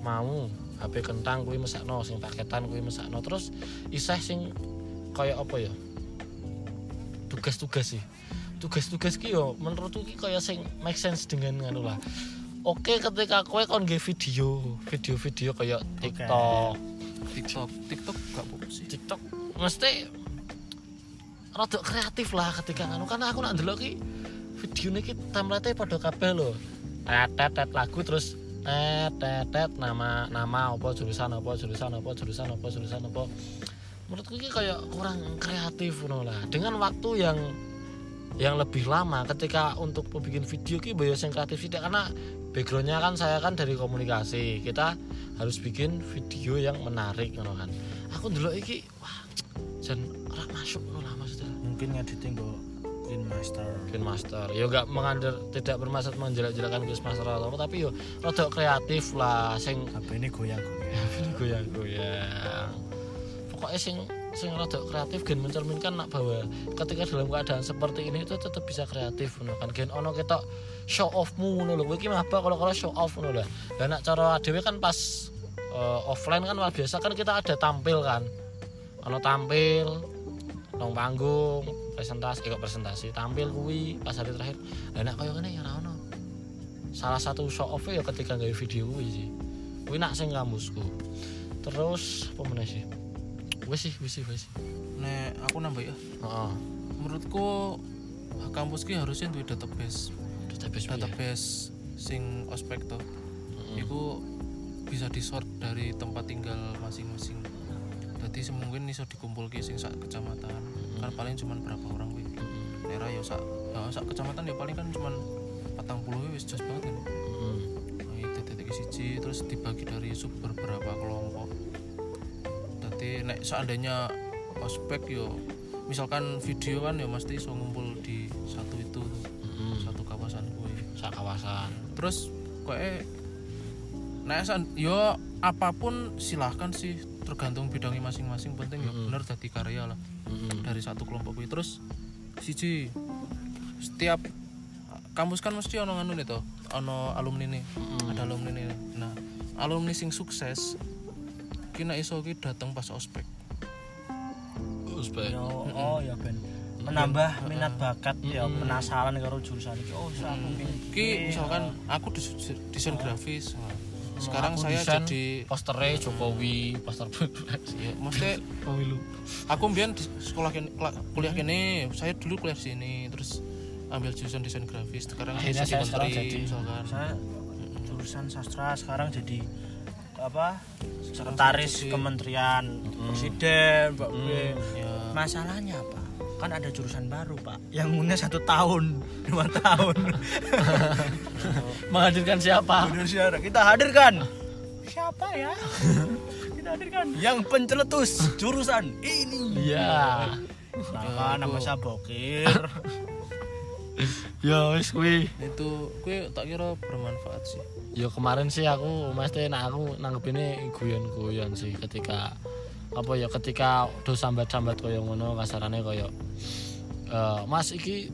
[SPEAKER 1] mau HP kentang kuwi mesakno sing paketan kuwi mesakno terus isih sing kaya apa ya tugas-tugas sih tugas-tugas ki yo menurutku ki kaya sing make sense dengan anu lah oke ketika kowe kon nge video video-video kaya TikTok
[SPEAKER 2] TikTok TikTok gak apa sih
[SPEAKER 1] TikTok mesti rada kreatif lah ketika nganu karena aku nak ndelok ki videone ki template padha kabeh lho. Tet tet tet lagu terus tet tet tet nama nama apa jurusan apa jurusan apa jurusan apa jurusan apa. Menurutku ki kayak kurang kreatif ngono lah. Dengan waktu yang yang lebih lama ketika untuk bikin video ki bayar yang kreatif tidak karena backgroundnya kan saya kan dari komunikasi kita harus bikin video yang menarik ngono kan aku dulu iki wah jan ora masuk ngono lah maksudnya
[SPEAKER 3] Mungkin ngediting kok Green Master.
[SPEAKER 1] Green Master yo gak mengander tidak bermaksud menjelek-jelekan Green Master atau apa tapi yo rada kreatif lah sing
[SPEAKER 3] HP ini goyang-goyang.
[SPEAKER 1] goyang-goyang pokoknya sing sing rada kreatif gen mencerminkan nak bahwa ketika dalam keadaan seperti ini itu tetap bisa kreatif ngono kan gen ono ketok show off mu ngono lho kowe iki maba kalau kalau show off ngono lah lah nak cara dhewe kan pas eh, offline kan luar biasa kan kita ada tampil kan ono tampil nong panggung presentasi eh kok presentasi tampil kuwi pas hari terakhir lah nak kaya ngene ya ora ono salah satu show off ya ketika gawe video kuwi sih kuwi nak sing kamusku terus apa meneh sih wis sih wis sih wis sih
[SPEAKER 2] nek aku nambah ya
[SPEAKER 1] heeh
[SPEAKER 2] menurutku kampus ki harusnya duwe database
[SPEAKER 1] database piye?
[SPEAKER 2] database sing ospek tuh
[SPEAKER 1] Heeh.
[SPEAKER 2] itu bisa disort dari tempat tinggal masing-masing jadi semungkin iso dikumpulke sing sak kecamatan kan paling cuman berapa orang kuwi daerah ya sak ya sak kecamatan ya paling kan cuman patang puluh wis jos banget kan
[SPEAKER 1] Heeh.
[SPEAKER 2] Nah, itu titik siji terus dibagi dari sub beberapa kelompok jadi nek seandainya ospek yo misalkan video kan ya mesti iso ngumpul di satu itu tuh,
[SPEAKER 1] Heeh.
[SPEAKER 2] satu kawasan kuwi
[SPEAKER 1] hmm. sak kawasan
[SPEAKER 2] terus koe nah san yo apapun silahkan sih tergantung bidangnya masing-masing penting ya
[SPEAKER 1] Mm-mm.
[SPEAKER 2] bener jadi karya lah
[SPEAKER 1] Heeh.
[SPEAKER 2] dari satu kelompok kuwi terus siji setiap kampus kan mesti ono nganu nih toh ono alumni nih
[SPEAKER 1] Mm-mm.
[SPEAKER 2] ada alumni nih nah alumni sing sukses kena iso ki datang pas ospek
[SPEAKER 1] Uzbek
[SPEAKER 3] Yo, oh ya ben menambah minat bakat ya penasaran karo jurusan iki. Oh, saya aku pengen
[SPEAKER 1] Iya.
[SPEAKER 2] ki
[SPEAKER 3] gini.
[SPEAKER 2] misalkan aku dis- desain grafis nah, sekarang
[SPEAKER 1] Aku
[SPEAKER 2] saya
[SPEAKER 1] desain
[SPEAKER 2] jadi
[SPEAKER 1] posternya E, Jokowi poster
[SPEAKER 2] ya, maksudnya
[SPEAKER 1] pemilu
[SPEAKER 2] aku mbien di sekolah kene, kela- kuliah kene saya dulu kuliah di sini terus ambil jurusan desain grafis sekarang
[SPEAKER 1] Akhirnya saya
[SPEAKER 2] jadi
[SPEAKER 1] sekarang
[SPEAKER 2] menteri
[SPEAKER 1] jadi-
[SPEAKER 2] misalkan
[SPEAKER 3] saya jurusan sastra sekarang jadi apa sekretaris kementerian presiden pak Gue.
[SPEAKER 2] ya
[SPEAKER 3] masalahnya pak kan ada jurusan baru pak yang umurnya satu tahun dua tahun
[SPEAKER 1] menghadirkan siapa
[SPEAKER 3] Benar Syara. kita hadirkan siapa ya kita hadirkan yang penceletus jurusan ini
[SPEAKER 1] iya
[SPEAKER 3] nama nama saya Bokir
[SPEAKER 2] Iya.
[SPEAKER 1] yo Ya, wis kuwi
[SPEAKER 2] itu kue tak kira bermanfaat sih
[SPEAKER 1] yo kemarin sih aku mesti nah aku nanggepinnya guyon-guyon sih ketika apa ya ketika do sambat-sambat koyo ngono kasarane koyo eh, mas iki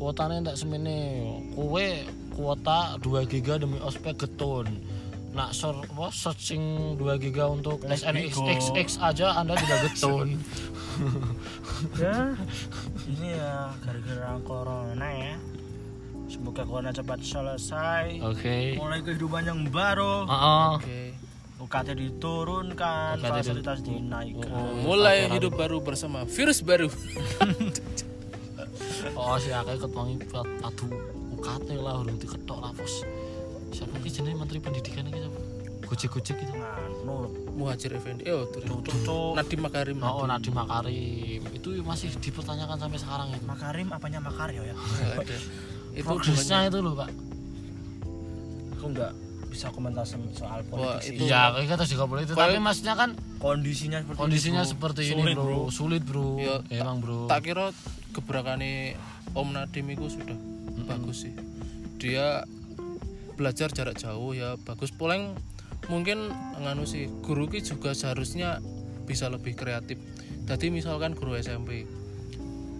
[SPEAKER 1] kuotanya ndak semene kue kuota 2 giga demi ospek getun nak ser apa, searching 2 giga untuk SNXXX aja anda juga getun
[SPEAKER 3] ya ini ya gara-gara corona ya semoga corona cepat selesai
[SPEAKER 1] oke Ah.
[SPEAKER 3] mulai kehidupan yang baru
[SPEAKER 1] Heeh.
[SPEAKER 2] oke
[SPEAKER 3] UKT diturunkan
[SPEAKER 1] UKT
[SPEAKER 3] fasilitas
[SPEAKER 1] di-
[SPEAKER 3] dinaikkan
[SPEAKER 1] Oh,
[SPEAKER 2] mulai
[SPEAKER 1] aturan.
[SPEAKER 2] hidup baru bersama virus baru
[SPEAKER 1] Oh, si akeh ketuangi padu UKT lah urung diketok lah, Bos. Siapa iki jenenge Menteri Pendidikan iki siapa? Gojek-gojek gitu.
[SPEAKER 3] nganu
[SPEAKER 2] muhajir effendi oh tuh
[SPEAKER 3] tutup
[SPEAKER 2] Nadiem Makarim
[SPEAKER 1] Oh, oh Nadiem Makarim. Itu masih dipertanyakan sampai sekarang itu.
[SPEAKER 3] Makarim apanya Makario ya
[SPEAKER 2] Nggak ada. itu
[SPEAKER 1] Progresnya itu loh, Pak.
[SPEAKER 3] aku nggak bisa komentar sem- soal
[SPEAKER 2] Wah,
[SPEAKER 3] politik sih.
[SPEAKER 2] itu
[SPEAKER 1] Iya, kayaknya terus juga boleh itu.
[SPEAKER 2] Kalau-
[SPEAKER 1] Tapi maksudnya kan
[SPEAKER 3] kondisinya seperti
[SPEAKER 1] kondisinya
[SPEAKER 3] itu,
[SPEAKER 1] seperti ini,
[SPEAKER 3] Sulit,
[SPEAKER 1] bro. Sulit, bro.
[SPEAKER 2] Iya,
[SPEAKER 1] Emang, bro.
[SPEAKER 2] tak kira gebrakannya Om Nadiem itu sudah bagus sih dia belajar jarak jauh ya bagus paling mungkin nganu sih guru ki juga seharusnya bisa lebih kreatif jadi misalkan guru SMP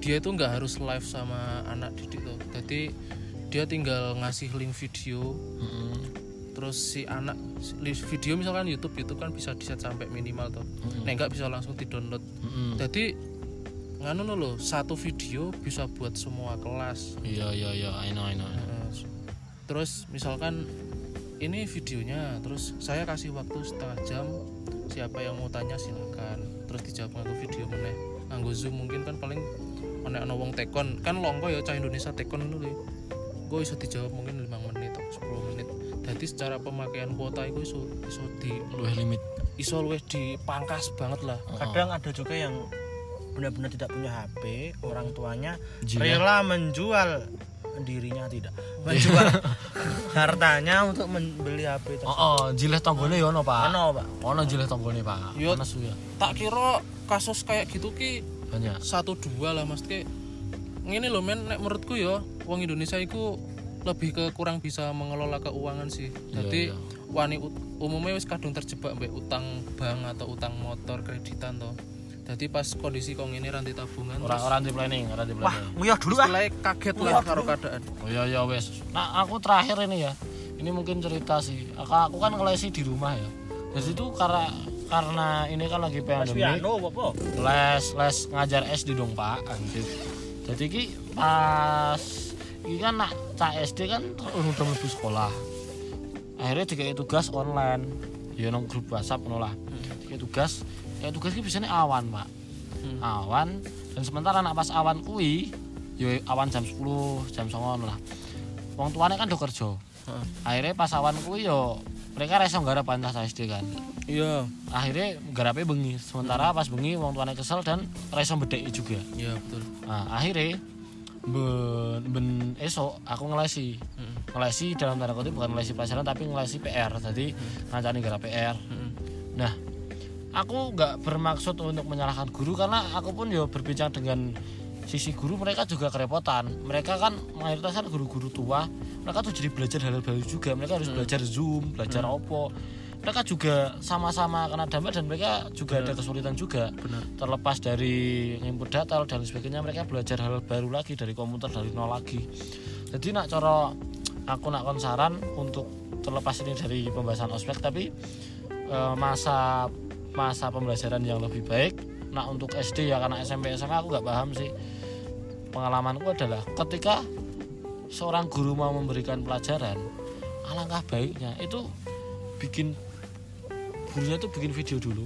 [SPEAKER 2] dia itu nggak harus live sama anak didik tuh jadi dia tinggal ngasih link video
[SPEAKER 1] Mm-mm.
[SPEAKER 2] terus si anak si- link video misalkan YouTube YouTube kan bisa di set sampai minimal tuh nah nggak bisa langsung di download
[SPEAKER 1] Mm-mm.
[SPEAKER 2] jadi nganu no lo satu video bisa buat semua kelas
[SPEAKER 1] Iya, iya, iya. I know, I know. I know.
[SPEAKER 2] Eh, terus misalkan ini videonya terus saya kasih waktu setengah jam siapa yang mau tanya silakan terus dijawab nganggo video meneh nganggo zoom mungkin kan paling ana ana wong tekon kan longko ya cah Indonesia tekon dulu gue bisa dijawab mungkin 5 menit atau 10 menit jadi secara pemakaian kuota itu iso iso di
[SPEAKER 1] Luwih limit.
[SPEAKER 2] iso luwih dipangkas banget lah
[SPEAKER 3] kadang ada juga yang benar-benar tidak punya HP orang tuanya
[SPEAKER 1] Jilat.
[SPEAKER 3] rela menjual dirinya tidak menjual hartanya untuk membeli HP
[SPEAKER 1] Oh, ah.
[SPEAKER 3] tersebut
[SPEAKER 1] oh, jileh tanggone yo ono, Pak.
[SPEAKER 3] Ano, Pak?
[SPEAKER 1] Ono jileh tanggone, Pak.
[SPEAKER 2] Yo.
[SPEAKER 1] Ono suya.
[SPEAKER 2] tak kira kasus kayak gitu ki
[SPEAKER 1] Banyak.
[SPEAKER 2] satu dua lah mas ki ini loh men nek menurutku ya uang Indonesia itu lebih ke kurang bisa mengelola keuangan sih jadi
[SPEAKER 1] iya.
[SPEAKER 2] wani ut- umumnya wis kadung terjebak mbek utang bank atau utang motor kreditan toh jadi pas kondisi kong ini ranti tabungan
[SPEAKER 1] Orang orang di planning, orang di
[SPEAKER 3] wah
[SPEAKER 1] planning.
[SPEAKER 3] nguyah dulu
[SPEAKER 2] terus
[SPEAKER 3] ah
[SPEAKER 2] mulai kaget lah karo keadaan
[SPEAKER 1] Oh iya iya wes. Nah aku terakhir ini ya. Ini mungkin cerita sih. Aku, aku kan ngelesi di rumah ya. Jadi itu karena karena ini kan lagi pandemi.
[SPEAKER 3] Piano, apa?
[SPEAKER 1] Les les ngajar SD dong Pak. Anjir. Jadi ki pas iki kan nak cah SD kan urung udah mlebu sekolah. Akhirnya dikai tugas online. Ya nang grup WhatsApp ngono lah. Dikai tugas, ya tugas ki biasanya awan, Pak. Awan dan sementara anak pas awan kuwi ya awan jam 10, jam 09 lah. Wong tuane kan do kerja.
[SPEAKER 2] Heeh.
[SPEAKER 1] Akhirnya pas awan kuwi yo mereka reso nggarap pantas SD kan.
[SPEAKER 2] iya
[SPEAKER 1] Akhirnya nggarapnya bengi. Sementara pas bengi wong tuane kesel dan reso bedeki juga.
[SPEAKER 2] iya betul
[SPEAKER 1] Nah, akhirnya ben, ben esok aku ngelesi.
[SPEAKER 2] Mm-mm.
[SPEAKER 1] Ngelesi dalam tanda kutip bukan ngelesi pelajaran tapi ngelesi PR. Jadi ngancani gara PR.
[SPEAKER 2] Mm-mm.
[SPEAKER 1] Nah, aku nggak bermaksud untuk menyalahkan guru karena aku pun ya berbincang dengan sisi guru mereka juga kerepotan. Mereka kan mayoritas kan guru-guru tua. Mereka tuh jadi belajar hal baru juga. Mereka harus belajar Zoom, belajar Oppo. Mereka juga sama-sama kena dampak dan mereka juga ada kesulitan juga.
[SPEAKER 2] Benar.
[SPEAKER 1] Terlepas dari input data dan sebagainya, mereka belajar hal baru lagi dari komputer dari nol lagi. Jadi nak cara aku nak kon saran untuk terlepas ini dari pembahasan ospek tapi eh, masa masa pembelajaran yang lebih baik nah untuk SD ya karena SMP SMA aku nggak paham sih pengalamanku adalah ketika seorang guru mau memberikan pelajaran alangkah baiknya itu bikin gurunya tuh bikin video dulu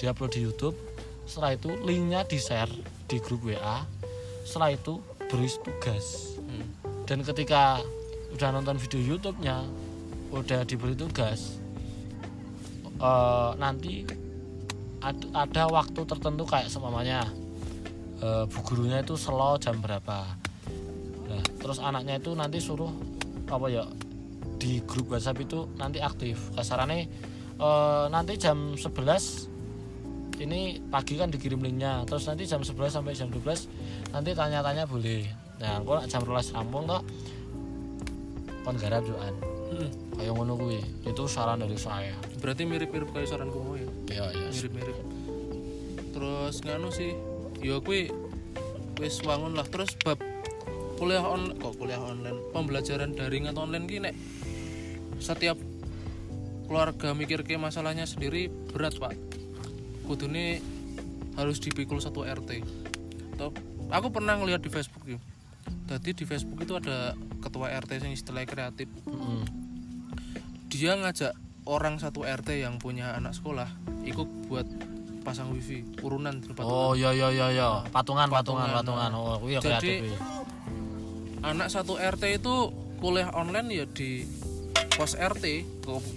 [SPEAKER 1] diupload di YouTube setelah itu linknya di share di grup WA setelah itu berisi tugas
[SPEAKER 2] Hmm.
[SPEAKER 1] dan ketika udah nonton video YouTube-nya udah diberi tugas eh, nanti ad- ada waktu tertentu kayak seumpamanya eh, bu gurunya itu selo jam berapa nah terus anaknya itu nanti suruh apa ya di grup WhatsApp itu nanti aktif kasarannya eh, nanti jam 11 ini pagi kan dikirim linknya terus nanti jam 11 sampai jam 12 nanti tanya-tanya boleh nah kalau jam 12 rampung kok kon garap juan
[SPEAKER 2] Hmm.
[SPEAKER 1] kayak ngono kuwi itu saran dari saya
[SPEAKER 2] berarti mirip-mirip kayak saranku mau ya
[SPEAKER 1] ya ya
[SPEAKER 2] mirip-mirip terus nganu sih ya kui wis wangun lah terus bab kuliah on kok kuliah online pembelajaran daring atau online ki nek setiap keluarga mikir ke masalahnya sendiri berat pak kudu ini harus dipikul satu RT Toh, aku pernah ngelihat di Facebook ya jadi di Facebook itu ada ketua RT yang istilahnya kreatif
[SPEAKER 1] Mm-mm.
[SPEAKER 2] dia ngajak orang satu RT yang punya anak sekolah ikut buat pasang wifi urunan tempat
[SPEAKER 1] oh ya ya ya ya patungan patungan
[SPEAKER 2] Patungan.
[SPEAKER 1] patungan oh kuwi ya
[SPEAKER 2] Jadi-
[SPEAKER 1] kreatif kuwi.
[SPEAKER 2] anak satu RT itu kuliah online ya di pos RT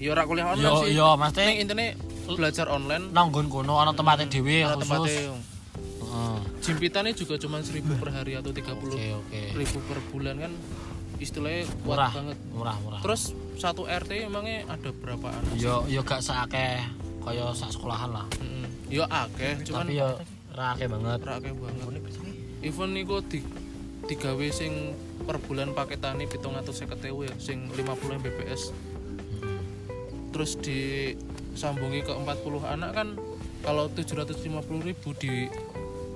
[SPEAKER 2] ya ora kuliah online
[SPEAKER 1] yo
[SPEAKER 2] sih
[SPEAKER 1] yo Iya, mesti
[SPEAKER 2] Ini intinya belajar online
[SPEAKER 1] nonggon kono ana tempatnya dhewe
[SPEAKER 2] ada
[SPEAKER 1] khusus
[SPEAKER 2] tempatnya
[SPEAKER 1] Heeh.
[SPEAKER 2] jimpitannya juga cuma 1000 per hari atau 30
[SPEAKER 1] oke oke
[SPEAKER 2] ribu per bulan kan istilahnya kuat
[SPEAKER 1] murah
[SPEAKER 2] banget
[SPEAKER 1] murah murah
[SPEAKER 2] terus satu RT emangnya ada berapa anak
[SPEAKER 1] yo yo iya, gak seakeh kaya sak sekolahan lah
[SPEAKER 2] Mm-mm. ya akeh cuman
[SPEAKER 1] tapi yo ra akeh banget
[SPEAKER 2] ora akeh banget event niku di digawe sing per bulan paketane 750.000 ya sing 50 Mbps terus disambungi ke 40 anak kan kalau 750.000 di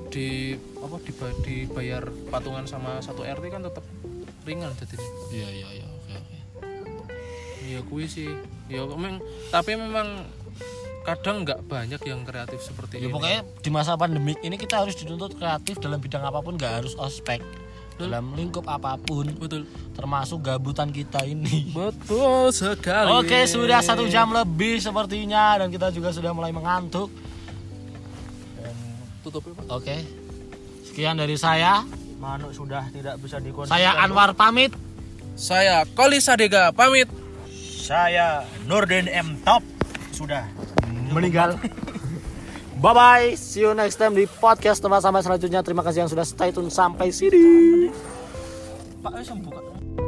[SPEAKER 2] di apa diba- dibayar patungan sama satu RT kan tetap ringan jadi
[SPEAKER 1] iya iya iya oke oke
[SPEAKER 2] ya kuwi sih ya memang tapi memang kadang nggak banyak yang kreatif seperti
[SPEAKER 1] Ya
[SPEAKER 2] ini
[SPEAKER 1] pokoknya di masa pandemik ini kita harus dituntut kreatif dalam bidang apapun, nggak harus ospek dalam lingkup apapun,
[SPEAKER 2] betul
[SPEAKER 1] termasuk gabutan kita ini.
[SPEAKER 2] betul sekali
[SPEAKER 1] Oke, sudah satu jam lebih sepertinya dan kita juga sudah mulai mengantuk.
[SPEAKER 2] tutupnya ya, pak
[SPEAKER 1] Oke, sekian dari saya.
[SPEAKER 3] Manuk sudah tidak bisa dikonsumsi.
[SPEAKER 1] Saya Anwar pamit.
[SPEAKER 2] Saya Koli Sadega pamit.
[SPEAKER 3] Saya Nurdin M Top sudah.
[SPEAKER 1] meninggal. Bye bye, see you next time di podcast tempat sampai selanjutnya. Terima kasih yang sudah stay tune sampai sini.
[SPEAKER 3] Pak, ayo sembuh. Kak.